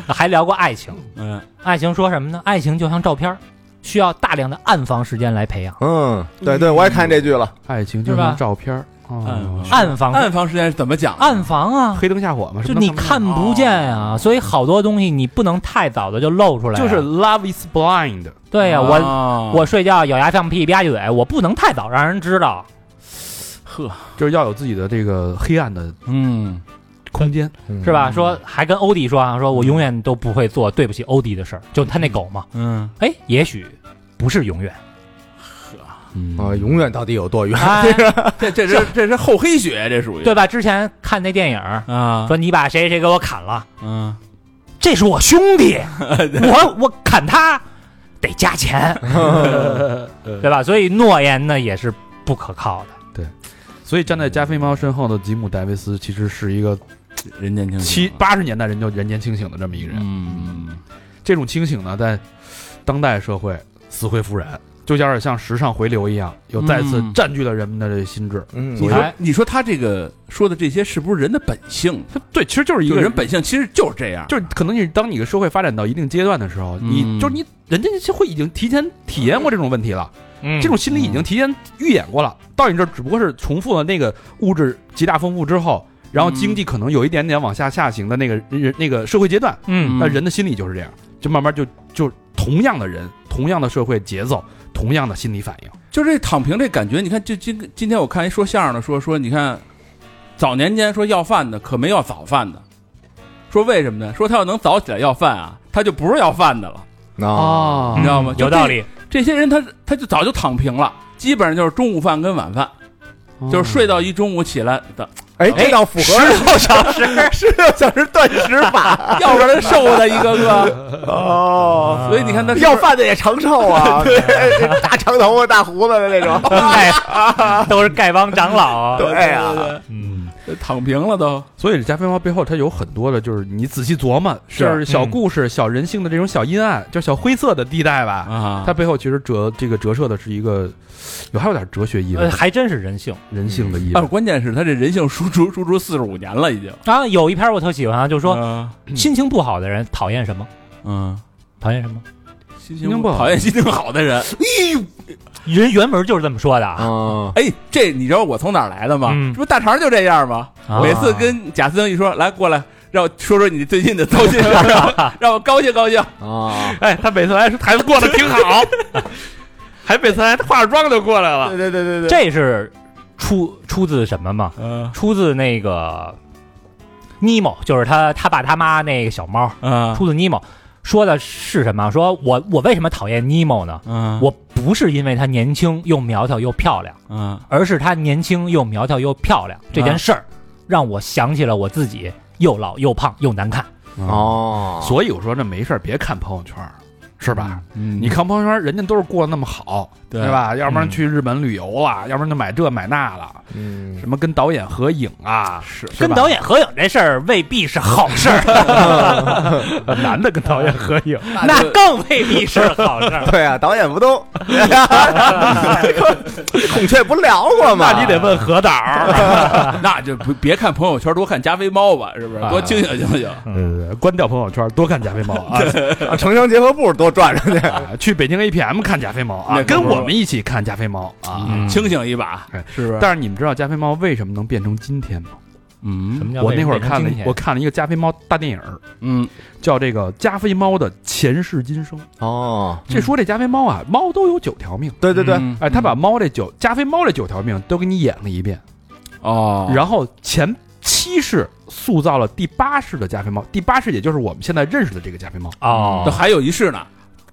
还聊过爱情，嗯爱情说什么呢？爱情就像照片儿，需要大量的暗房时间来培养。嗯，对对，我也看这剧了。爱情就是吧张照片儿，嗯哦，暗房暗房实验是怎么讲？暗房啊，黑灯瞎火嘛，什就么都你不看不见啊，所以好多东西你不能太早的就露出来啊。就是 love is blind，对呀，我啊我睡觉咬牙放屁吧唧嘴，我不能太早让人知道。嗯呵，就是要有自己的这个黑暗的嗯，空间。嗯是吧？说还跟欧弟说啊，说我永远都不会做对不起欧弟的事儿，就他那狗嘛。嗯，哎，也许不 是永远，嗯啊，永远到底有多远？哎、啊这这是这是厚黑学，这属于对吧？之前看那电影，啊，说你把谁谁给我砍了，嗯，这是我兄 弟，我我砍他得 加钱， 对吧？所以诺言呢也是不可靠的。所以站在加菲猫身后的吉姆·戴维斯，其实是一个人间清七醒，八十年代人就人间清醒的这么一个人。嗯，这种清醒呢，在当代社会死灰复燃，就有点像时尚回流一样，又再次嗯占据了人们的这心智。嗯，你我说还你说他这个说的这些是不是人的本性？他对，其实就是一就个人本性其实就是这样，就是可能你当你的社会发展到一定阶段的时候，嗯你就是你，人家就会已经提前体验过这种问题了，嗯这种心理已经提前预演过了，到你这儿只不过是重复了那个物质极大丰富之后，然后经济可能有一点点往下下行的那个人那个社会阶段，嗯那人的心理就是这样，就慢慢就就同样的人，同样的社会节奏，同样的心理反应，就是这躺平这感觉，你看，就今今天我看一说相声的说说，你看早年间说要饭的可没要早饭的，说为什么呢？说他要能早起来要饭啊，他就不是要饭的了，哦啊，嗯你知道吗？就有这 道，理，这些人他他就早就躺平了，基本上就是中午饭跟晚饭，哦就是睡到一中午起来的，哎，这倒符合十六小时， 十六小时断食法要不然瘦的一个个，哦，所以你看他是不是要饭的也长寿啊，对，大长头发、大胡子的那种，哎，都是丐帮 长老，对呀，嗯，躺平了都，所以加菲猫背后它有很多的，就是你仔细琢磨，是就是小故事、小人性的这种小阴暗，就小灰色的地带吧。啊它背后其实折这个折射的是一个有还有啊点哲学意味呃，，还真是人性。人性的意但是味。关键是他这人性输出输出四十五年了已经，嗯然后啊有一篇我特喜欢啊，就是说说心情不好的人讨厌什么？嗯。讨厌什么？心情不好讨厌心情好的人，人原文就是这么说的啊。啊，哎，这你知道我从哪儿来的吗？嗯这不大肠就这样吗？啊每次跟贾斯汀一说，来过来，让我说说你最近的糟心事儿 啊，让我高兴高兴。啊，哎，他每次还是还过得挺好， 还每次还化着妆就过来了。对对对对对，这是出出自什么嘛？嗯出自那个尼莫，就是他他爸他妈那个小猫，啊出自尼莫。说的是什么？说我我为什么讨厌尼莫呢？嗯我不是因为他年轻又苗条又漂亮，嗯而是他年轻又苗条又漂亮这啊件事儿，让我想起了我自己又老又胖又难看。哦，所以我说这没事儿，别看朋友圈儿，是吧？嗯你看朋友圈儿，人家都是过得那么好，对对吧？要不然去日本旅游了，要不然就买这买那了，嗯什么跟导演合影啊，是跟吧导演合影这事儿未必是好 事儿，呃男的跟导演合影，那更未必是好事 儿。对啊，导演不都 孔雀不聊过吗？那你得问何导儿，那就不别看朋友圈，多看加菲猫吧，是不是？啊多清醒清醒。呃， 关掉朋友圈，多看加菲猫啊！啊城乡结合部多转转去，啊去北京 APM 看加菲猫啊，那可跟不是我们一起看加菲猫啊！嗯清醒一把哎，是不是？但是你们知道加菲猫为什么能变成今天吗？嗯我那会儿看了，我看了一个加菲猫大电影儿，嗯，叫这个《加菲猫的前世今生》。哦，这说这加菲猫啊，猫都有九条命，对对对，嗯哎，他把猫这九加菲猫这九条命都给你演了一遍，哦，然后前七世塑造了第八世的加菲猫，第八世也就是我们现在认识的这个加菲猫，这嗯哦，还有一世呢。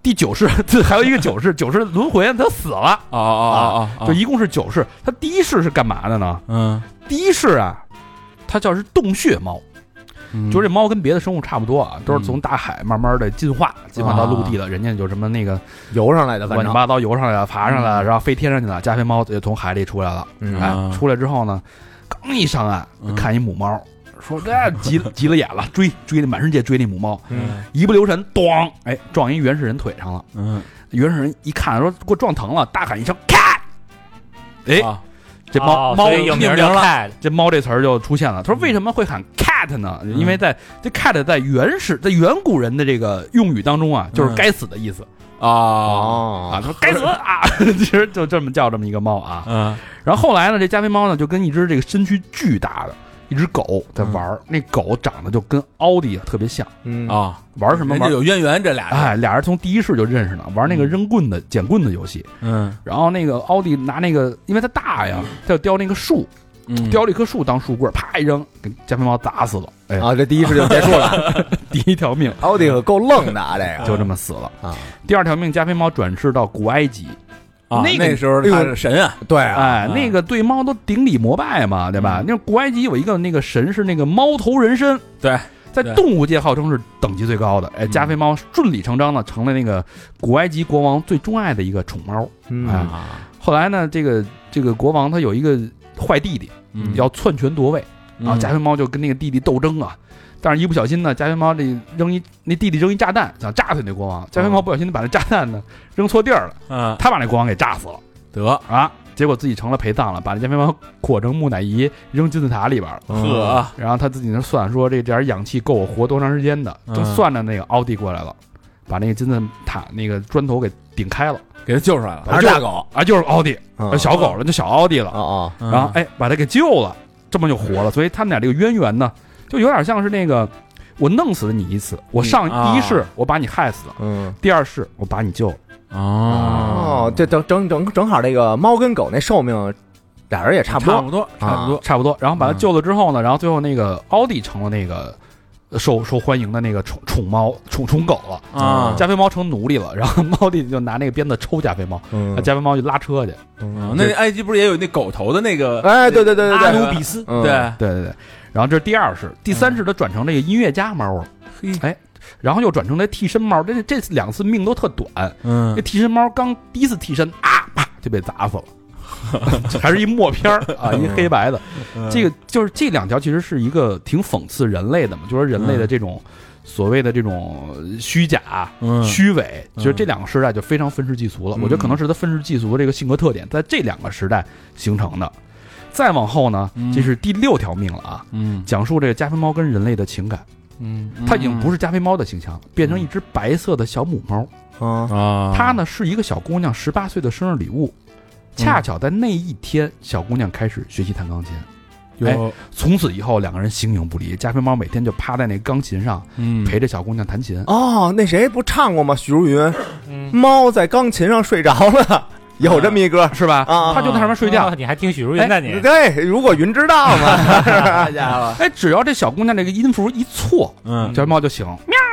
第九世 这还有一个九世，九世轮回他死了。哦哦哦啊哦，就一共是九世。它第一世是干嘛的呢？嗯，第一世啊，它叫是洞穴猫，嗯就是这猫跟别的生物差不多啊，都是从大海慢慢的进化，进化到陆地了。人家有什么那个游上来的，乱反七正八糟游上来了，爬上来了，然后飞天上去了。加菲猫就从海里出来了，嗯哎啊，出来之后呢，刚一上岸嗯看一母猫。说这急急了眼了，追追那满世界追那母猫，嗯一不留神，咣，哎，撞一原始人腿上了。嗯，原始人一看说给我撞疼了，大喊一声“咔”，哎，啊这猫、哦猫所以有名儿命叫名了， cat， 这猫这词儿就出现了。他说为什么会喊 cat 呢？嗯因为在这 cat 在原始在远古人的这个用语当中啊，就是嗯该死的意思。啊哦 啊，他说该死啊， 其实就这么叫这么一个猫啊。嗯然后后来呢，这加菲猫呢就跟一只这个身躯巨大的一只狗在玩嗯儿，那狗长得就跟奥迪啊特别像，嗯啊，玩什么人家玩？有渊源，这俩人哎，俩人从第一世就认识了，玩那个嗯扔棍子、捡棍子游戏。嗯然后那个奥迪拿那个，因为它大呀，他就叼那个树，嗯叼了一棵树当树棍儿，啪一扔，给加菲猫砸死了。哎，啊，这第一次就结束 了， 第一条啊命奥迪可够愣的啊，这个就这么死了啊。第二条命，加菲猫转世到古埃及，啊那个那时候他是神啊，对啊，哎，那个对猫都顶礼膜拜嘛，对吧？嗯那古埃及有一个那个神是那个猫头人身，对，在对动物界号称是等级最高的。哎，嗯加菲猫顺理成章的成了那个古埃及国王最钟爱的一个宠猫。嗯哎啊，后来呢，这个这个国王他有一个坏弟弟，嗯要篡权夺位，然后嗯加菲猫就跟那个弟弟斗争啊。但是，一不小心呢，加菲猫这扔一那弟弟扔一炸弹，想炸死那国王。加菲猫哦不小心把那炸弹呢扔错地儿了，嗯他把那国王给炸死了。得啊，结果自己成了陪葬了，把那加菲猫裹成木乃伊扔金字塔里边了。呵嗯啊然后他自己那算说这点氧气够我活多长时间的，嗯正算着那个奥迪过来了，把那个金字塔那个砖头给顶开了给他救出来了，还是大狗，啊，就是奥迪，嗯小狗了，就小奥迪了。哦嗯然后哎，把他给救了，这么就活了。所以他们俩这个渊源呢，就有点像是那个我弄死了你一次，我上啊第一世我把你害死了哦，，嗯第二世我把你救了。哦哦，这等整整正好这个猫跟狗那寿命，俩人也哦差不差多，啊不多差不啊多，嗯差不多。然后把他救了之后呢，然后最后那个奥迪成了那个呃受受欢迎的那个宠宠猫、宠宠狗了，啊加菲猫成奴隶了。 然后猫弟就拿那个鞭子抽加菲猫，嗯那加菲猫就拉车去。啊那埃及不是也有那狗头的那个？哎，对对对对阿对，努比斯，嗯对，，对对对。然后这是第二世，第三世他转成这个音乐家猫了，嗯嘿哎，然后又转成这替身猫。这这两次命都特短，嗯这替身猫刚第一次替身啊，啪就被砸 死了。还是一默片儿啊，嗯一黑白的，哎这个就是这两条其实是一个挺讽刺人类的嘛，就说人类的这种所谓的这种虚假、嗯虚伪，嗯其实这两个时代就非常愤世嫉俗了。我觉得可能是他愤世嫉俗的这个性格特点，在这两个时代形成的。再往后呢，这是第六条命了啊，嗯讲述这个加菲猫跟人类的情感。嗯它已经不是加菲猫的形象了，变成一只白色的小母猫。嗯啊，它呢是一个小姑娘十八岁的生日礼物，恰巧在那一天，小姑娘开始学习弹钢琴。有从此以后，两个人形影不离。加菲猫每天就趴在那钢琴上，嗯陪着小姑娘弹琴。哦，那谁不唱过吗？许茹芸，嗯，猫在钢琴上睡着了， 有这么一歌是吧？啊，他就在上面睡觉哎哦。你还听许茹芸呢你？对，如果云知道嘛，家伙，哎，只要这小姑娘这个音符一错，啊嗯小黑猫就醒，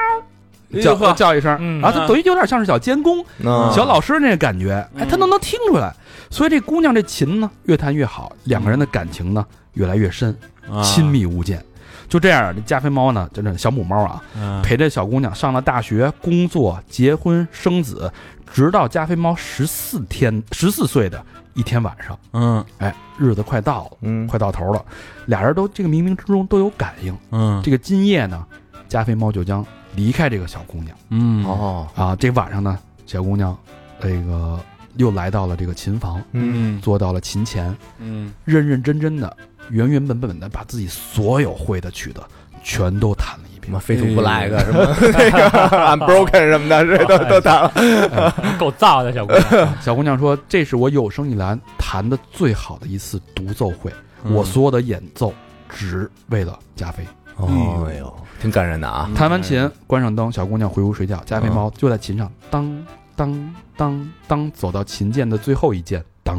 哎呦叫呵叫一声，嗯然后就等于有点像是小监工、 嗯小老师那个感觉。嗯哎，他都能听出来。所以这姑娘这琴呢，越弹越好，两个人的感情呢越来越深，啊亲密无间。就这样，这加菲猫呢，真的小母猫啊，嗯陪着小姑娘上了大学、工作、结婚、生子，直到加菲猫十四天十四岁的一天晚上，嗯哎，日子快到了，嗯快到头了，俩人都这个冥冥之中都有感应。嗯这个今夜呢，加菲猫就将离开这个小姑娘嗯哦，啊。这晚上呢，小姑娘这个又来到了这个琴房，嗯坐到了琴前，嗯认认真真的、原原本本的把自己所有会的曲子全都弹了一什遍么。飞出不来个哎什么那个 unbroken 什么的， 这都都打了。够造的小 姑娘，小姑娘说：“这是我有生以来弹的最好的一次独奏会，我所有的演奏只为了加菲。嗯哎哎呦，挺感人的啊！弹完琴，关上灯，小姑娘回屋睡觉。加菲猫就在琴上当当当当，走到琴键的最后一键，当，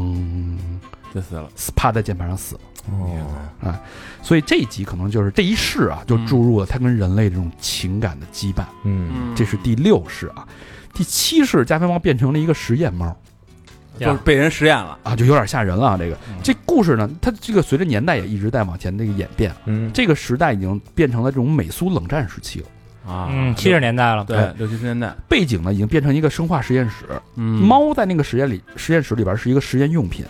就死了，趴在键盘上死了。哦，所以这一集可能就是这一世啊，就注入了他跟人类这种情感的羁绊。嗯，这是第六世啊，第七世加菲猫变成了一个实验猫。”就是被人实验了，啊，就有点吓人了啊！这个嗯这故事呢，它这个随着年代也一直在往前那个演变，嗯，这个时代已经变成了这种美苏冷战时期了，啊嗯，七十年代了，对哎六七十年代，背景呢已经变成一个生化实验室。嗯猫在那个实验里，实验室里边是一个实验用品，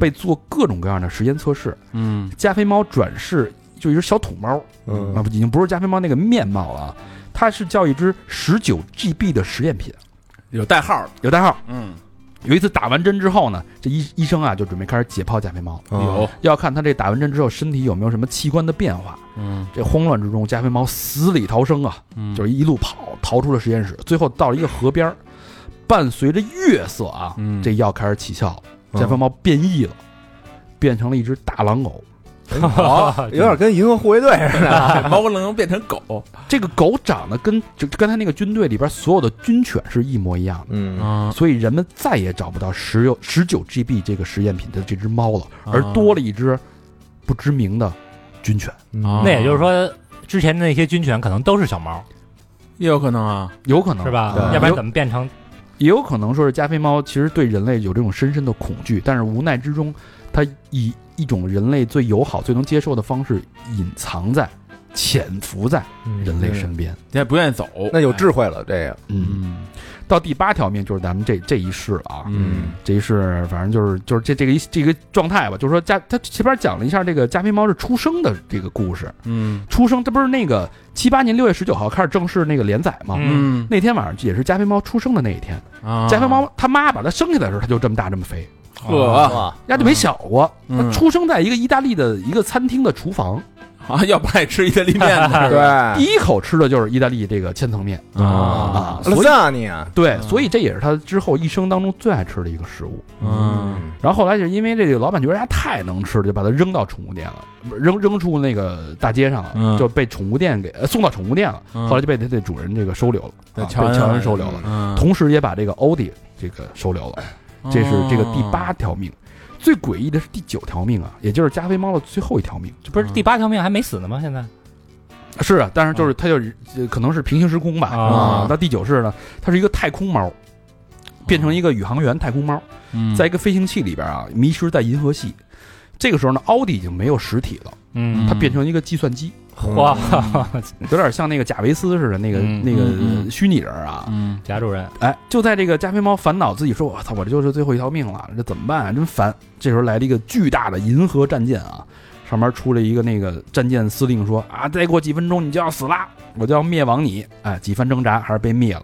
被做各种各样的实验测试。嗯加菲猫转世就一只小土猫嗯啊，不已经不是加菲猫那个面貌了啊，它是叫一只十九 GB 的实验品，有代号，有代号。嗯有一次打完针之后呢，这医医生啊就准备开始解剖加菲猫，哦有，要看它这打完针之后身体有没有什么器官的变化。嗯这慌乱之中，加菲猫死里逃生啊，嗯就是一路跑，逃出了实验室，最后到了一个河边儿，伴随着月色啊，嗯这药开始起效了。嗯加菲猫变异了，变成了一只大狼狗。 哦有点跟银河护卫队似 的。猫能变成狗这个狗长得跟就刚才那个军队里边所有的军犬是一模一样的，嗯，啊，所以人们再也找不到十有十九 GB 这个实验品的这只猫了，而啊多了一只不知名的军犬，嗯啊那也就是说，之前的那些军犬可能都是小猫，也有可能啊。有可能是吧嗯对？要不然有怎么变成也有可能说是加菲猫其实对人类有这种深深的恐惧，但是无奈之中，它以一种人类最友好、最能接受的方式隐藏在、潜伏在嗯人类身边。你还不愿意走，哎那有智慧了，这个嗯，嗯到第八条命就是咱们这这一世了啊，嗯这一世反正就是就是这这个一这个状态吧，就是说加他前边讲了一下这个加菲猫是出生的这个故事，嗯出生这不是那个七八年六月十九号开始正式那个连载吗？嗯嗯那天晚上也是加菲猫出生的那一天，啊，嗯加菲猫他妈把它生下来的时候，它就这么大这么肥，呵哇，丫就没小过。嗯它出生在一个意大利的一个餐厅的厨房，啊，要不爱吃意大利面 的，对第一口吃的就是意大利这个千层面啊啊，所以拉你啊，对，嗯所以这也是它之后一生当中最爱吃的一个食物。嗯然后后来就是因为这个老板觉得它太能吃了，就把它扔到宠物店了，不是扔扔出那个大街上了，嗯就被宠物店给呃送到宠物店了。嗯后来就被它的主人这个收留了，对啊乔被恩乔恩收留了，嗯，哦同时也把这个欧迪这个收留了。这是这个第八条命。最诡异的是第九条命啊，也就是加菲猫的最后一条命。不是第八条命还没死呢吗？现在是啊，但是就是它就是、呃可能是平行时空吧啊那第九世呢，它是一个太空猫，变成一个宇航员太空猫，嗯在一个飞行器里边啊，迷失在银河系。这个时候呢，奥迪已经没有实体了，嗯它变成一个计算机，嗯哇，有点像那个贾维斯似的那个、嗯那嗯个嗯虚拟人啊。嗯贾主任，哎，就在这个加菲猫烦恼自己说：“我操，我这就是最后一条命了，这怎么办啊？真烦！”这时候来了一个巨大的银河战舰啊，上面出了一个那个战舰司令说：“啊，再过几分钟你就要死啦，我就要灭亡你！”哎，几番挣扎还是被灭了。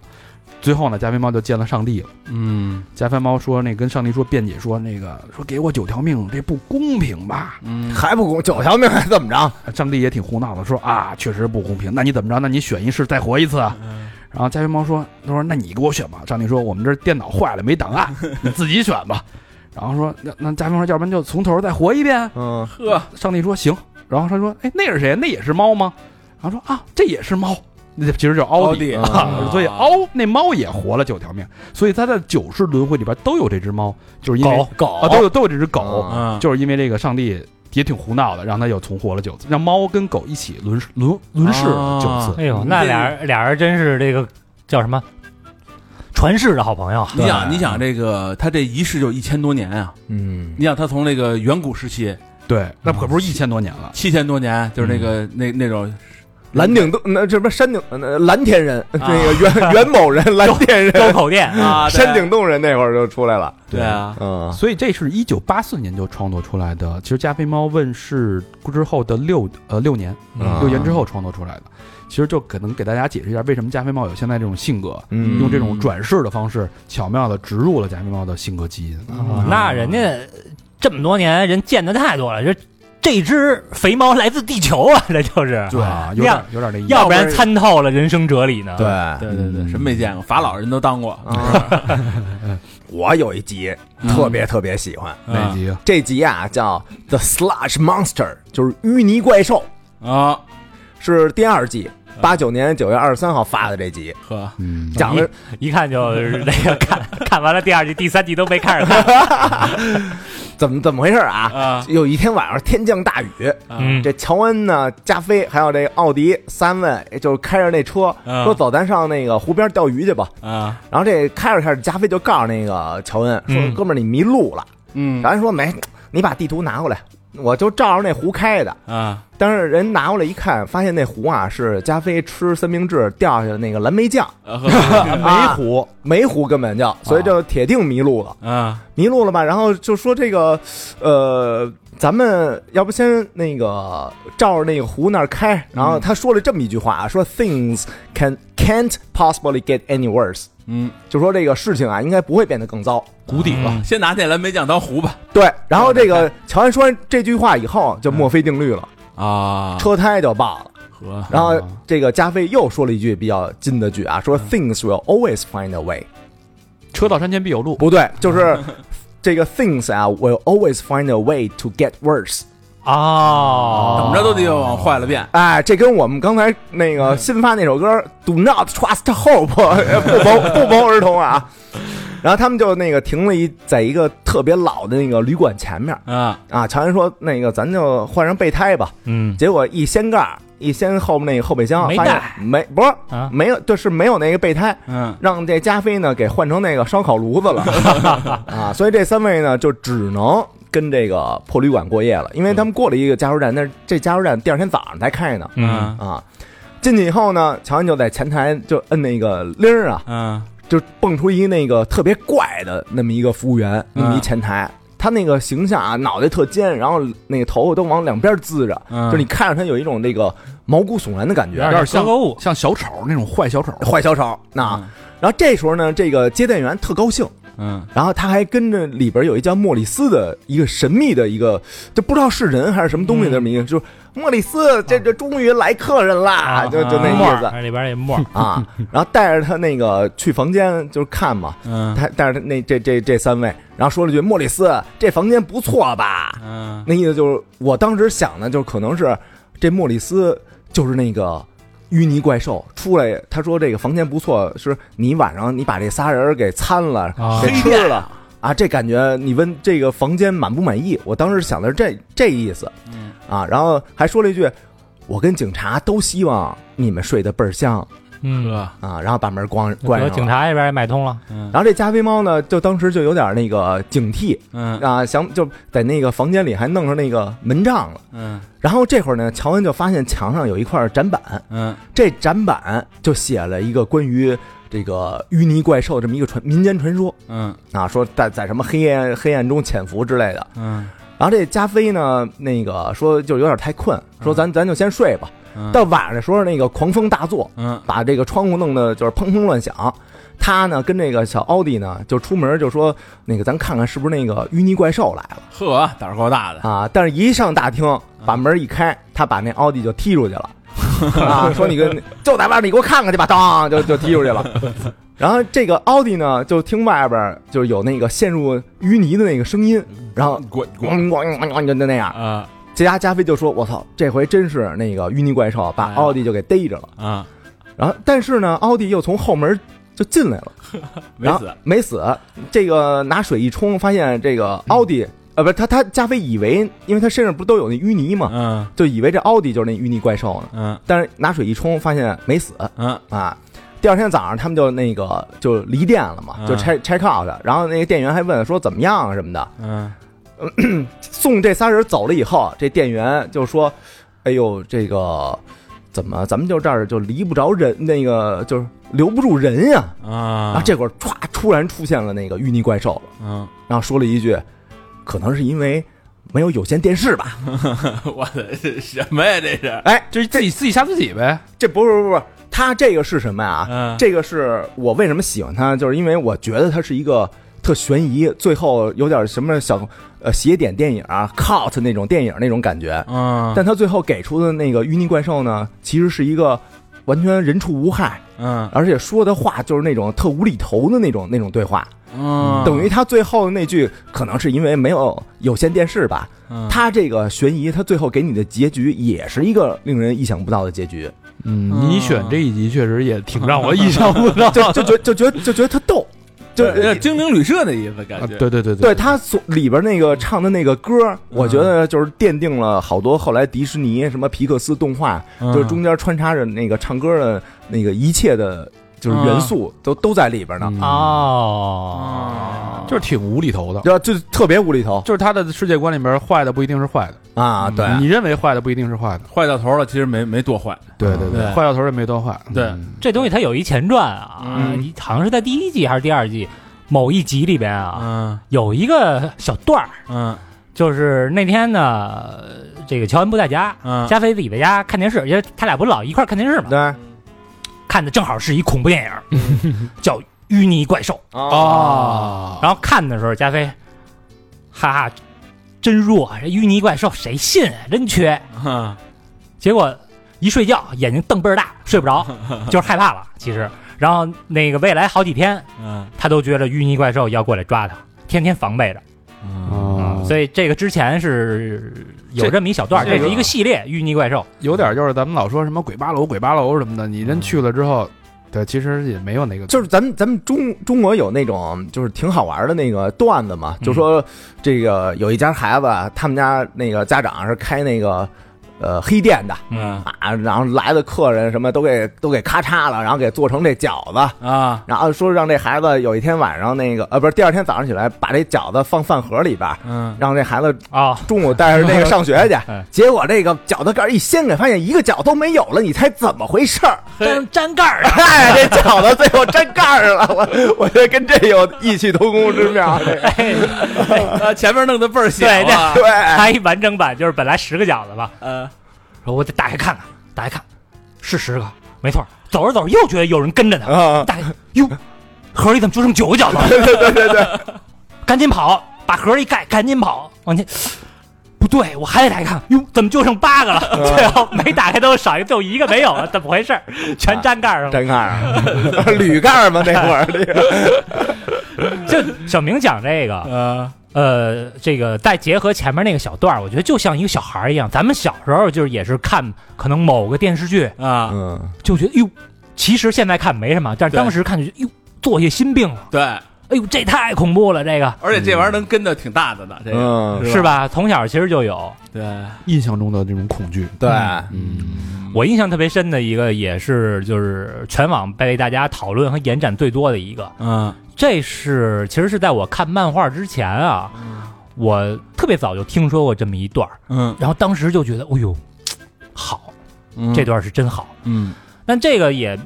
最后呢，加菲猫就见了上帝了。嗯加菲猫说：“那跟上帝说辩解说，那个说给我九条命，这不公平吧嗯还不公九条命还怎么着？？”上帝也挺胡闹的，说：“啊，确实不公平。那你怎么着？那你选一世再活一次啊？”然后加菲猫说：“他说那你给我选吧。”上帝说：“我们这电脑坏了，没档 案，你自己选吧。”然后说：“那那加菲猫说，要不然就从头再活一遍嗯，呵，？”上帝说：“行。”然后他说：“哎，那是谁？那也是猫吗？”然后说：“啊，这也是猫，那其实就是奥迪。迪啊啊，所以奥那猫也活了九条命，所以他在九世轮回里边都有这只猫，就是因为狗啊都有都有这只狗，啊嗯，就是因为这个上帝也挺胡闹的，让他又重活了九次，让猫跟狗一起轮轮轮世了九次啊。哎呦，那俩嗯人俩人真是这个叫什么传世的好朋友啊，你想，你想这个，他这一世就一千多年啊！嗯，你想，他从那个远古时期对，那可不是一千多年了。七千多年，就嗯是那个那那种蓝顶洞那这什么山顶那蓝天人 那个袁袁某人蓝天周人 口店啊， 啊山顶洞人那会儿就出来了，对啊，嗯所以这是一九八四年就创作出来的，其实加菲猫问世之后的六呃六年啊六年之后创作出来的，其实就可能给大家解释一下为什么加菲猫有现在这种性格，嗯用这种转世的方式巧妙的植入了加菲猫的性格基因。哦那人家这么多年人见的太多了，这这只肥猫来自地球啊，这就是对啊，有点要有点那意思。要不然参透了人生哲理呢。对。 对嗯对啊对，什么没见过？法老人都当过，啊，我有一集特别特别喜欢，哪集啊？这集啊叫《The Slush Monster》，就是淤泥怪兽，啊，是第二季，八九年九月二十三号发的这集，呵，嗯，讲的一看就是那个看看完了第二季、第三季都没开 始看。怎么怎么回事啊啊？有一天晚上天降大雨，嗯，这乔恩呢、加菲还有这个奥迪三位，就是开着那车嗯说走，咱上那个湖边钓鱼去吧。啊，然后这开着开着，加菲就告诉那个乔恩说嗯：“哥们儿，你迷路了。”嗯然后说：“没，你把地图拿过来，我就照着那湖开的。”啊，但是人拿过来一看，发现那湖啊是加菲吃三明治掉下的那个蓝莓酱， 啊呵 没湖，没湖根本就，所以就铁定迷路了，啊，迷路了吧？然后就说这个，呃，咱们要不先那个照着那个湖那儿开，然后他说了这么一句话，啊说 things can can't possibly get any worse，嗯，就说这个事情啊应该不会变得更糟。谷底嗯了。先拿那蓝莓酱当糊吧，对，然后这个乔安说完这句话以后，就墨菲定律了，啊，车胎就爆了。呵，然后这个加菲又说了一句比较近的句啊，说 “Things will always find a way”，车到山前必有路，不对，就是这个 things 啊，will always find a way to get worse。哦，怎么着都得往坏了变。哎，这跟我们刚才那个嗯新发那首歌《Do Not Trust Hope 呃》不谋不谋而同啊。然后他们就那个停了一，在一个特别老的那个旅馆前面啊，啊。乔安说：“那个咱就换上备胎吧。嗯”结果一掀盖儿，一掀后面那个后备箱，没发现带没不是啊，没有，就是没有那个备胎。嗯，让这加菲呢给换成那个烧烤炉子了 啊，所以这三位呢就只能跟这个破旅馆过夜了，因为他们过了一个加油站，但是这加油站第二天早上才开呢嗯，啊。进去以后呢，乔恩就在前台就摁那个铃儿啊，嗯就蹦出一那个特别怪的那么一个服务员，那么一前台，嗯他那个形象啊，脑袋特尖，然后那个头发都往两边滋着，嗯，就是你看着他有一种那个毛骨悚然的感觉，有点像购物，像小丑那种坏小丑，坏小丑那。嗯然后这时候呢，这个接待员特高兴。嗯，然后他还跟着里边有一叫莫里斯的一个神秘的一个，就不知道是人还是什么东西的这么一个，就是莫里斯，这这终于来客人啦，嗯啊就就那啊意思里边也沫儿，啊。然后带着他那个去房间就是看嘛，嗯，他带着他那这这这三位，然后说了句莫里斯，这房间不错吧？嗯，那意思就是我当时想的，就是可能是这莫里斯就是那个淤泥怪兽出来，他说这个房间不错，是你晚上你把这仨人给参了，啊给吃了。啊，这感觉你问这个房间满不满意？我当时想的是这这意思嗯，啊，然后还说了一句：“我跟警察都希望你们睡得倍儿香嗯，哥，啊。”然后把门关关我上警了。察那边也买通了，嗯然后这加菲猫呢，就当时就有点那个警惕 嗯啊，想就在那个房间里还弄上那个门帐了。嗯然后这会儿呢，乔恩就发现墙上有一块展板，嗯这展板就写了一个关于这个淤泥怪兽这么一个传民间传说嗯啊，说在在什么黑暗黑暗中潜伏之类的。嗯然后这加菲呢，那个说就有点太困，说咱咱就先睡吧。嗯，到晚上的时候，那个狂风大作，嗯把这个窗户弄得就是砰砰乱响。他呢跟那个小奥迪呢就出门就说那个咱看看是不是那个淤泥怪兽来了呵，胆儿够大的，啊！但是一上大厅，把门一开，他把那奥迪就踢出去了。啊，说你跟就在外面，你给我看看去吧，当就就踢出去了。然后这个奥迪呢，就听外边儿就有那个陷入淤泥的那个声音，然后滚滚咣咣咣咣就那样。啊这家加菲就说：“我操，这回真是那个淤泥怪兽把奥迪就给逮着了。啊，”然后但是呢，奥迪又从后门就进来了，没然后死，没死。这个拿水一冲，发现嗯这个奥迪。呃，不是他，他加菲以为，因为他身上不都有那淤泥嘛，嗯就以为这奥迪就是那淤泥怪兽呢。嗯但是拿水一冲，发现没死，嗯啊。第二天早上，他们就那个就离店了嘛，嗯就拆拆 out 的。然后那个店员还问说怎么样啊什么的。嗯送这仨人走了以后，这店员就说：“哎呦，这个怎么咱们就这儿就离不着人，那个就是留不住人呀、然啊后这会儿歘，突然出现了那个淤泥怪兽了，嗯， 然后说了一句：“可能是因为没有有线电视吧我的什么呀这是？”？哎，就是自己自己吓自己呗。这不是不是不是，他这个是什么呀？嗯这个是我为什么喜欢他，就是因为我觉得他是一个特悬疑，最后有点什么小呃邪典电影啊、cult 那种电影那种感觉。嗯但他最后给出的那个淤泥怪兽呢，其实是一个完全人畜无害，嗯而且说的话就是那种特无厘头的那种那种对话，嗯，等于他最后那句可能是因为没有有线电视吧，嗯他这个悬疑他最后给你的结局也是一个令人意想不到的结局，。嗯，嗯你选这一集确实也挺让我意想不到 就就觉就觉就觉得特逗，就呃有点精灵旅社的意思感啊觉，对对对对，他所里边那个唱的那个歌，我觉得就是奠定了好多后来迪士尼什么皮克斯动画，嗯就是中间穿插着那个唱歌的那个一切的，就是元素都都在里边呢，嗯哦，就是挺无厘头的。对吧？就特别无厘头就是他的世界观里面，坏的不一定是坏的啊，对，嗯你认为坏的不一定是坏的。坏到头了，其实没没多坏，对对对坏到头也没多坏。对嗯这东西它有一前传啊嗯，好像是在第一季还是第二季某一集里边啊，嗯有一个小段儿，嗯就是那天呢，呃这个乔恩不在家，嗯加菲自己在家看电视，因为他俩不是老一块儿看电视嘛，对看的正好是一恐怖电影，叫《淤泥怪兽》。哦啊，哦然后看的时候，加菲，哈哈，真弱，啊这淤泥怪兽谁信啊？真缺。嗯结果一睡觉，眼睛瞪倍儿大，睡不着，就是害怕了。其实，然后那个未来好几天，嗯他都觉得淤泥怪兽要过来抓他，天天防备着。啊哦嗯，所以这个之前是有这这么一小段儿，这这个是一个系列淤泥怪兽。有点就是咱们老说什么鬼八楼、鬼八楼什么的，你真去了之后，对，其实也没有那个，就是咱们咱们中中国有那种就是挺好玩的那个段子嘛，就说这个有一家孩子，啊他们家那个家长是开那个呃黑店的嗯啊，然后来的客人什么都给都给咔嚓了，然后给做成这饺子，啊，然后说让这孩子有一天晚上那个呃不是第二天早上起来把这饺子放饭盒里边，嗯，让这孩子啊、中午带着那个上学去哎，结果这个饺子盖儿一掀开，发现一个饺子都没有了，你猜怎么回事儿？粘粘盖儿啊，哎，这饺子最后粘盖儿了，我我觉得跟这有异曲同工之 妙。这 个啊前面弄得倍儿小对啊，嗯对，还一完整版就是本来十个饺子吧，呃，说我得打开看看，打开看，是十个，没错儿。走着走着又觉得有人跟着他，啊，打开，哟，盒里怎么就剩九个饺子了？ 对对对对，赶紧跑，把盒一盖，赶紧跑，往前。不对，我还得打开看，哟，怎么就剩八个了？ 最后没打开都少一个，就一个没有了，怎么回事 儿？全粘盖上了。粘盖儿，铝盖儿嘛，那会儿这个，就小明讲这个，啊呃，呃，这个再结合前面那个小段儿，我觉得就像一个小孩儿一样。咱们小时候就是也是看可能某个电视剧，啊，嗯，就觉得哟，其实现在看没什么，但是当时看就觉得哟，做些心病了。对，哎呦，这太恐怖了，这个而且这玩意儿能跟的挺大的呢，这个嗯，是吧？从小其实就有。对，印象中的这种恐惧。对，嗯，我印象特别深的一个，也是就是全网被大家讨论和延展最多的一个，嗯这是其实是在我看漫画之前啊，我特别早就听说过这么一段儿，嗯然后当时就觉得，哎呦，好，嗯这段是真好。嗯但这个也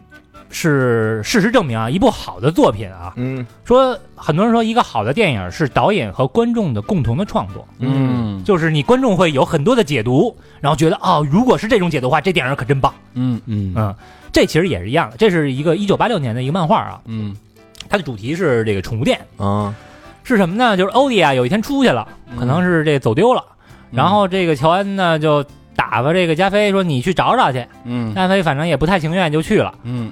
是事实证明啊，一部好的作品啊，嗯说很多人说一个好的电影是导演和观众的共同的创作，嗯就是你观众会有很多的解读，然后觉得哦，如果是这种解读的话，这电影可真棒。嗯嗯嗯，这其实也是一样的，这是一个一九八六年的一个漫画啊，嗯它的主题是这个宠物店，啊，是什么呢？就是欧弟啊有一天出去了，嗯可能是这走丢了，然后这个乔安呢就打发这个加菲说你去找找去，嗯加菲反正也不太情愿就去了。嗯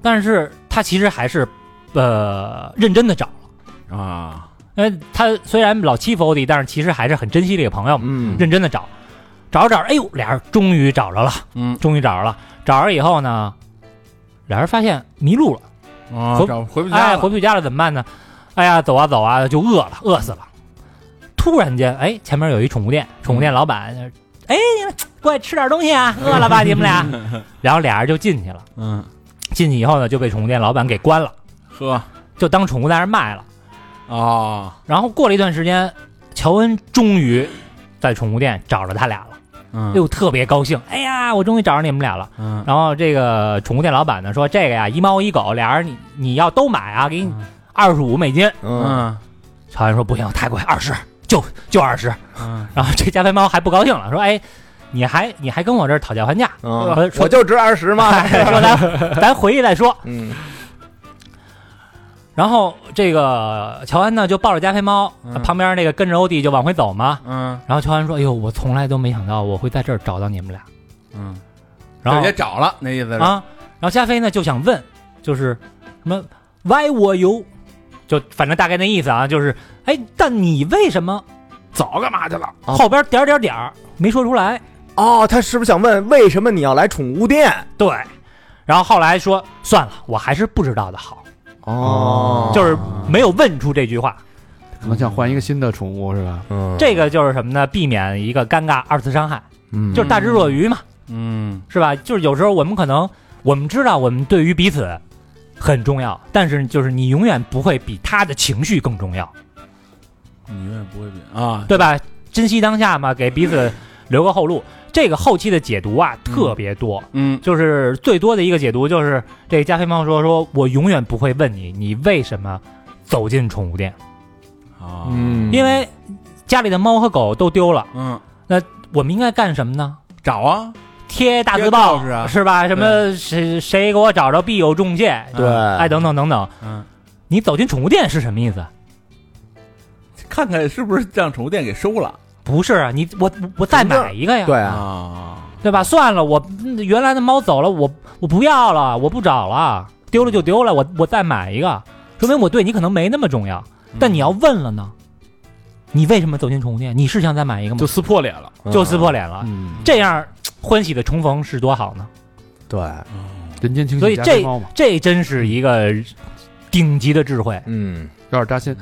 但是他其实还是呃认真的找了，啊，因为他虽然老欺负欧弟，但是其实还是很珍惜这个朋友嘛，嗯认真的找，找着找着，哎呦，俩人终于找着了，嗯终于找着了，找着以后呢，俩人发现迷路了，啊回找回不哎，家回了，不去家了怎么办呢？哎呀，走啊走啊，就饿了，饿死了。突然间，哎，前面有一宠物店，嗯宠物店老板，哎，你们过来吃点东 西啊，饿了吧你们俩？然后俩人就进去了，嗯，进去以后呢，就被宠物店老板给关了，喝就当宠物在那儿卖了。啊，然后过了一段时间，乔恩终于在宠物店找着他俩了，嗯又特别高兴。哎呀，我终于找着你们俩了。嗯然后这个宠物店老板呢说，这个呀，一猫一狗，俩人你你要都买啊，给你二十五美金。嗯嗯乔恩说不行，太贵，二十就就二十。嗯然后这加菲猫还不高兴了，说哎，你还你还跟我这儿讨价还价？嗯，说哎我就值二十嘛，说咱咱回去再说。嗯然后这个乔安呢就抱着加菲猫，嗯旁边那个跟着欧弟就往回走嘛。嗯然后乔安说：“哎呦，我从来都没想到我会在这儿找到你们俩。嗯，”然后也找了，那意思是啊，然后加菲呢就想问，就是什么 “Why were you？” 就反正大概那意思啊，就是哎，但你为什么早干嘛去了？啊后边点儿点儿点儿没说出来？哦，他是不是想问为什么你要来宠物店？对，然后后来说算了，我还是不知道的好，哦就是没有问出这句话。可能想换一个新的宠物是吧？嗯这个就是什么呢？避免一个尴尬二次伤害，嗯就是大智若愚嘛。嗯是吧？就是有时候我们可能我们知道我们对于彼此很重要，但是就是你永远不会比他的情绪更重要，你永远不会变啊，对吧？珍惜当下嘛，给彼此留个后路。这个后期的解读啊，特别多。嗯就是最多的一个解读就是，这个加菲猫说：“说我永远不会问你，你为什么走进宠物店，啊嗯因为家里的猫和狗都丢了，嗯，我们应该干什么呢？找啊，贴大贴字报告示啊是吧？什么谁谁给我找着必有重谢，对，哎，等等等等，嗯，你走进宠物店是什么意思？看看是不是让宠物店给收了不是啊，你我我再买一个呀，对啊，啊，对吧？算了，我嗯原来的猫走了，我我不要了，我不找了，丢了就丢了，我我再买一个，说明我对你可能没那么重要。嗯嗯但你要问了呢，你为什么走进宠物店？你是想再买一个吗？就撕破脸了。就撕破脸了，嗯，这样欢喜的重逢是多好呢？对，人间清所醒以加菲猫嘛，这真是一个顶级的智慧。嗯，有点扎心。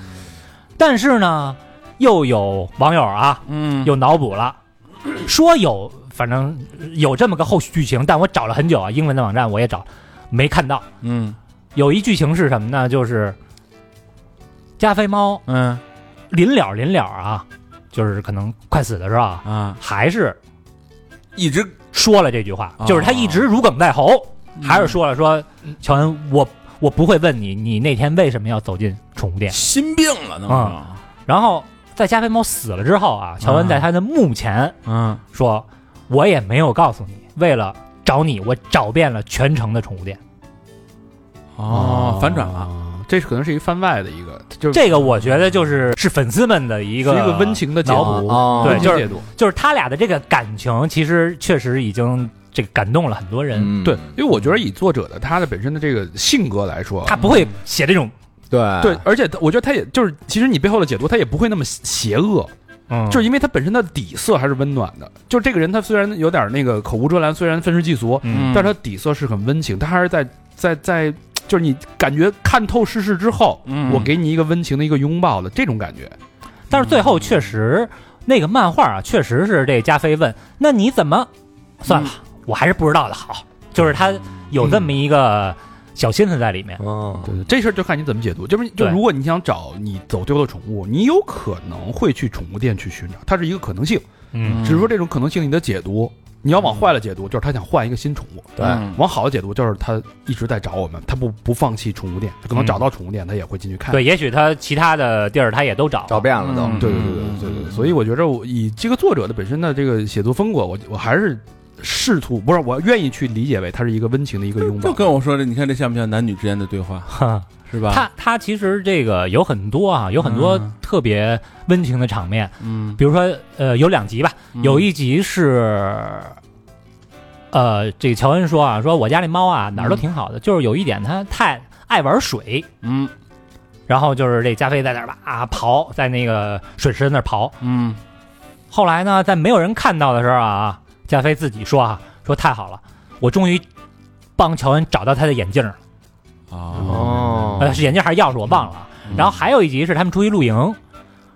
但是呢，又有网友啊，嗯，又脑补了，说有反正有这么个后续剧情，但我找了很久啊，英文的网站我也找没看到。嗯有一剧情是什么呢？就是加菲猫嗯临了临了啊，就是可能快死的时候啊，啊，还是一直说了这句话哦，嗯就是他一直如鲠在喉，还是说了说，乔恩，我我不会问你，你那天为什么要走进宠物店。心病了呢啊然后在加菲猫死了之后啊，乔恩在他的墓前嗯说，我也没有告诉你，为了找你，我找遍了全城的宠物店。哦，反转了，了，啊这可能是一番外的一个，就是这个我觉得就是是粉丝们的一一个一个温，情的解脑读补哦，对温情就是解读。就是他俩的这个感情，其实确实已经这个感动了很多人。嗯对，因为我觉得以作者的他的本身的这个性格来说啊，他不会写这种，对对，，而且他我觉得他也就是，其实你背后的解读，他也不会那么邪恶，嗯，就是因为他本身的底色还是温暖的。就这个人，他虽然有点那个口无遮拦，虽然愤世嫉俗，嗯但是他底色是很温情，他还是在在在，就是你感觉看透世事之后，嗯我给你一个温情的一个拥抱的这种感觉。但是最后确实那个漫画啊，确实是这加菲问，那你怎么？算了，我还是不知道的好。就是他有这么一个小心思在里面。哦，对对，这事儿就看你怎么解读。就是就对如果你想找你走丢的宠物，你有可能会去宠物店去寻找，它是一个可能性。嗯，只是说这种可能性你的解读，你要往坏了解读，就是他想换一个新宠物；对嗯往好的解读，就是他一直在找我们，他不不放弃宠物店，他可能找到宠物店，他也会进去看。对，也许他其他的地儿他也都找 找遍了都，嗯对对对对对对对，所以我觉着我以这个作者的本身的这个写作风格，我我还是试图不是我愿意去理解为它是一个温情的一个拥抱。就跟我说的，你看这像不像男女之间的对话，哼是吧？他他其实这个有很多啊，有很多啊嗯特别温情的场面，嗯，比如说呃有两集吧，有一集是，呃这乔恩说啊，说我家那猫啊哪儿都挺好的，就是有一点它太爱玩水，嗯然后就是这加菲在那儿吧啊刨，在那个水池子那儿刨。嗯后来呢，在没有人看到的时候啊，加菲自己说啊，说太好了，我终于帮乔恩找到他的眼镜儿，哦，哦呃，是眼镜还是钥匙我忘了啊。然后还有一集是他们出去露营，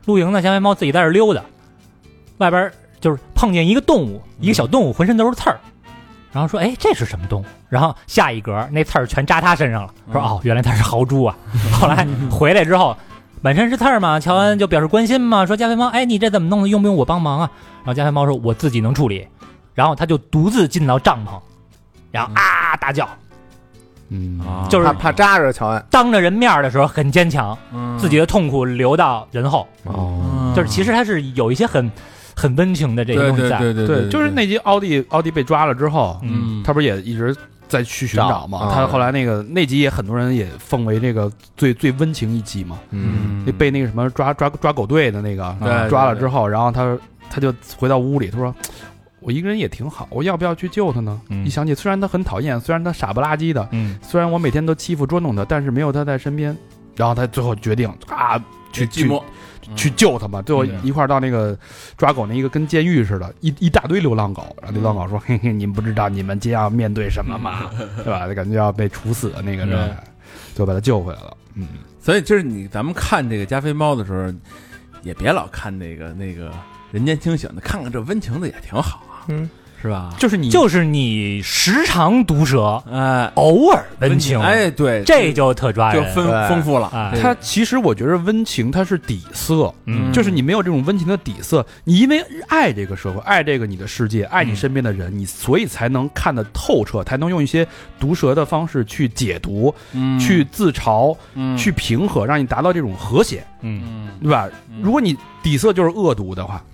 露营呢，小白猫自己在这儿溜达，外边儿就是碰见一个动物，一个小动物，浑身都是刺儿，然后说，哎，这是什么动物？然后下一格那刺儿全扎他身上了，说，嗯哦，原来它是豪猪啊。后来回来之后，满身是刺儿嘛，乔恩就表示关心嘛，说加菲猫，哎，你这怎么弄的？用不用我帮忙啊？然后加菲猫说，我自己能处理。然后他就独自进到帐篷，然后啊大叫，嗯啊就是怕怕扎着乔恩，当着人面儿的时候很坚强，嗯自己的痛苦流到人后。哦，就是其实实它是有一些很很温情的这嗯对个东西对在。对对对，就是那集奥迪奥迪被抓了之后，嗯，他不是也一直在去寻找嗯嘛？找啊他后来那个那集也很多人也奉为这个最最温情一集嘛。嗯，那被那个什么抓抓抓狗队的那个啊对对抓了之后，然后他他就回到屋里，他说。我一个人也挺好，我要不要去救他呢？嗯一想起，虽然他很讨厌，虽然他傻不拉几的，嗯，虽然我每天都欺负捉弄他，但是没有他在身边。然后他最后决定啊，去寂去寞去救他嘛。最后一块儿到那个抓狗那一个跟监狱似的，一一大堆流浪狗。然后流浪狗说：“嘿嘿，你们不知道你们将要面对什么吗？对吧？感觉要被处死的那个人，就把他救回来了。嗯，所以就是你咱们看这个加菲猫的时候，也别老看那个那个人间清醒的，看看这温情的也挺好啊，嗯，是吧？就是你就是你时常毒舌，哎，偶尔温情，啊哎，对，这就特抓就人。丰对丰富了哎，它其实我觉得温情它是底色，嗯就是你没有这种温情的底色，你因为爱这个社会，爱这个你的世界，爱你身边的人，你所以才能看得透彻，才能用一些毒舌的方式去解读、嗯去自嘲、嗯去平和，让你达到这种和谐，嗯，嗯对吧？嗯如果你底色就是恶毒的话，嗯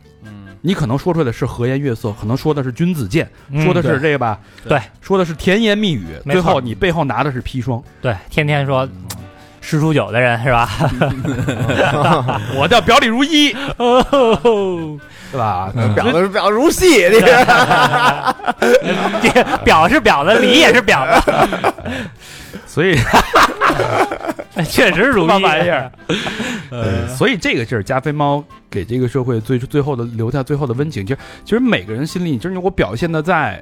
你可能说出来的是和颜悦色，可能说的是君子剑，嗯说的是这个吧，对，说的是甜言蜜语，没最错后你背后拿的是砒霜。对，天天说十出九的人是吧？ 我叫表里如一，哦，对吧？嗯表 的表如戏，这个这表是表的，里也是表的。所以 确实如意嘛玩意儿。呃，所以这个就是加菲猫给这个社会最最后的留下最后的温情。其实其实每个人心里，就是我表现的再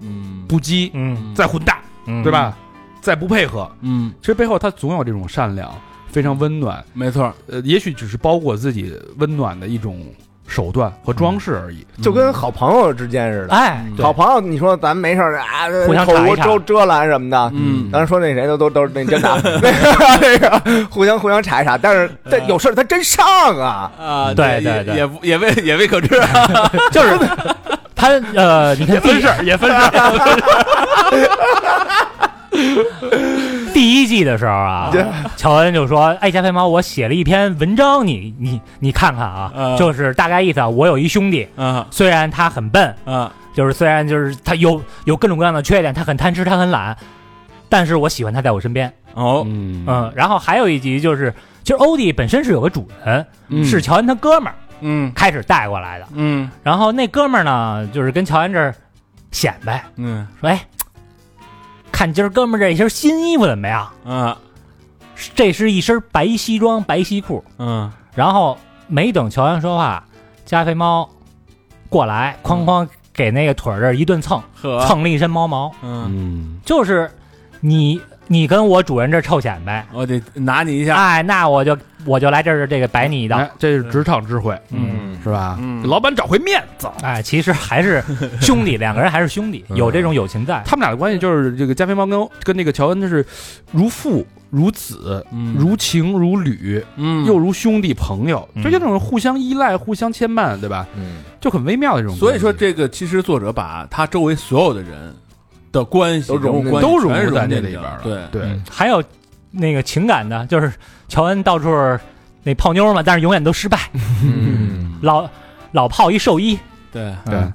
嗯不羁、嗯，再混蛋，嗯对？吧？再不配合，嗯，其实背后他总有这种善良，非常温暖。没错，呃，也许只是包裹自己温暖的一种手段和装饰而已。就跟好朋友之间似的。哎，嗯好朋友，你说咱没事儿啊，互相口查一无查遮遮拦什么的，嗯，当时说那谁都都都是那真的，那个 互相互相查一查，但是但有事儿他真上啊，啊，也对对对也不也未也未可知，啊就是他呃，你看分事 也分事第一季的时 候啊， 乔恩就说：“哎，加菲猫，我写了一篇文章，你你你看看啊嗯，就是大概意思啊，我有一兄弟， 啊虽然他很笨，啊，就是虽然就是他有有各种各样的缺点，他很贪吃，他很懒，但是我喜欢他在我身边。哦，嗯嗯，然后还有一集就是，其实欧弟本身是有个主人，嗯是乔恩他哥们儿嗯开始带过来的。嗯然后那哥们儿呢，就是跟乔恩这儿显摆嗯说：“哎，看今儿哥们儿这身新衣服怎么样？啊这是一身白西装、白西裤。嗯”然后没等乔恩说话，加菲猫过来，哐哐给那个腿儿这儿一顿蹭，呵，蹭了一身猫毛。嗯，嗯，就是你你跟我主人这儿臭显摆，我得拿你一下，哎，那我就我就来这儿这个摆你一道。哎，这是职场智慧，嗯是吧？嗯给老板找回面子。哎，其实还是兄弟，两个人还是兄弟，嗯有这种友情在。他们俩的关系就是这个加菲猫跟跟那个乔恩，他是如父如子，嗯如情如侣，嗯又如兄弟朋友，就这种互相依赖、互相牵绊，对吧？嗯，就很微妙的这种关系。所以说，这个其实作者把他周围所有的人的关系都融人物关系都融全入在这进里去边了了。对，嗯对，嗯还有那个情感的，就是乔恩到处那泡妞嘛，但是永远都 失败，嗯老老泡一兽医，对对，哎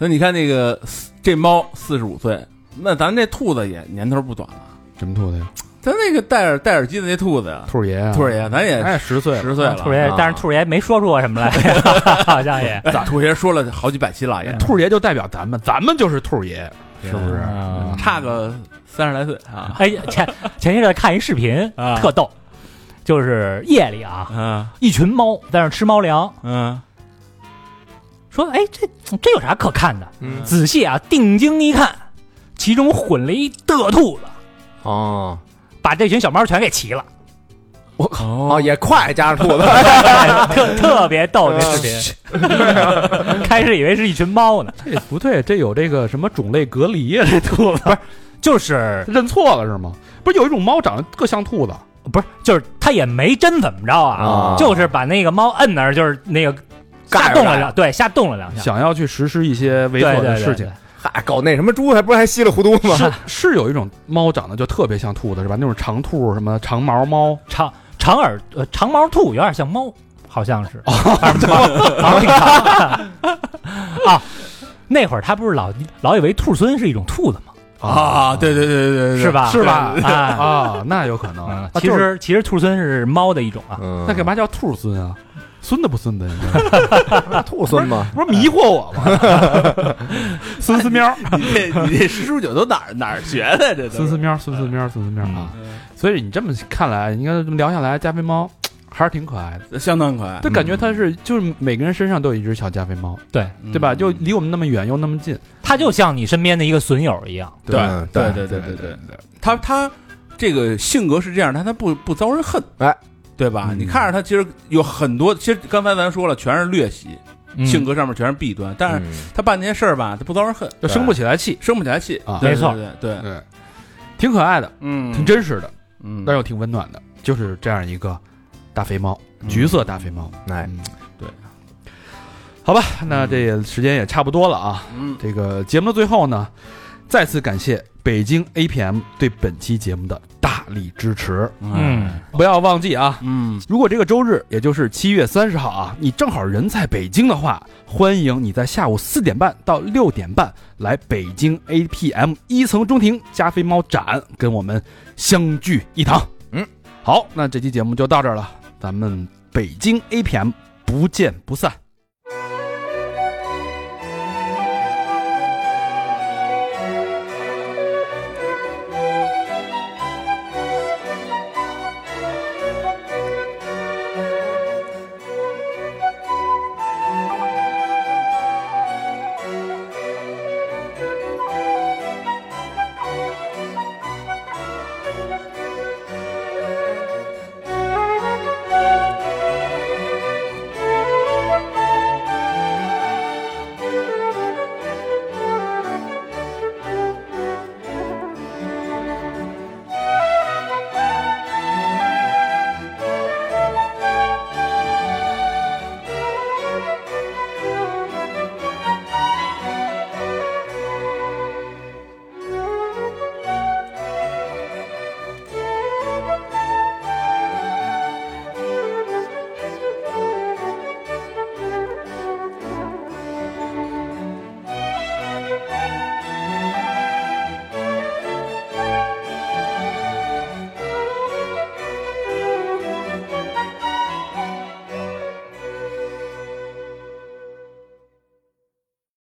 所以你看那个这猫四十五岁，那咱这兔子也年头不短了。什么兔子呀？咱那个戴耳戴耳机的那兔子呀，兔儿爷啊，兔儿爷，咱也哎，十岁了，十岁了，兔爷啊，但是兔爷没说出我 什么来，好像也哎兔爷说了好几百期了，也兔儿爷就代表咱们，咱们就是兔儿爷，嗯是不是？嗯差个三十来岁啊 哎前前些日子看一视频啊特逗，就是夜里啊，嗯一群猫在那儿吃猫粮，嗯说哎这这有啥可看的？嗯仔细啊定睛一看，其中混了一的兔子，哦把这群小猫全给齐了。 哦哦也快加上兔子，特特别逗这视频，开始以为是一群猫呢，这不对，这有这个什么种类隔离呀？这兔子就是认错了是吗？不是有一种猫长得特像兔子，不是就是它也没真怎么着啊，啊就是把那个猫摁那儿，就是那个盖瞎着动盖了两，对，瞎动了两下，想要去实施一些猥对琐的对嗯对事情，嗨，搞那什么猪还不是还稀里糊涂吗？是是有一种猫长得就特别像兔子是吧？那种长兔什么长毛猫，长长耳呃长毛兔有点像猫，好像是，反正毛挺长的啊。那会儿他不是老老以为兔孙是一种兔子吗？啊，对对对对对，是吧？是吧？啊，啊，那有可能。嗯 啊其就是实其实兔孙是猫的一种啊。嗯那干嘛叫兔孙啊？孙子不孙子？你知道吗兔孙吗？ 不是迷惑我吗？ 孙思喵， 你这你这十数九都哪儿哪儿学的？这都孙思是喵，孙思喵，孙思喵啊！嗯所以你这么看来，你看这么聊下来，加菲猫还是挺可爱的。相当可爱，就感觉它是，就是每个人身上都有一只小加菲猫，对，对吧？嗯嗯就离我们那么远又那么近，它就像你身边的一个损友一样。对嗯对对对对对，他他这个性格是这样，但他不不遭人恨，哎，对吧？嗯你看着他，其实有很多，其实刚才咱说了，全是劣习，性格上面全是弊端，但是是他办这些事儿吧，他不遭人恨，就生不起来气，生不起来气啊对没错对对对，对对，挺可爱的，嗯，挺真实的，嗯，但又挺温暖的，就是这样一个大肥猫，嗯橘色大肥猫。嗯哎，对，好吧，那这也时间也差不多了啊。嗯，这个节目的最后呢，再次感谢北京 APM 对本期节目的大力支持，嗯嗯，不要忘记啊。嗯如果这个周日，也就是七月三十号啊，你正好人在北京的话，欢迎你在下午四点半到六点半来北京 APM 一层中庭加菲猫展，跟我们相聚一堂。嗯，好，那这期节目就到这儿了，咱们北京 APM 不见不散，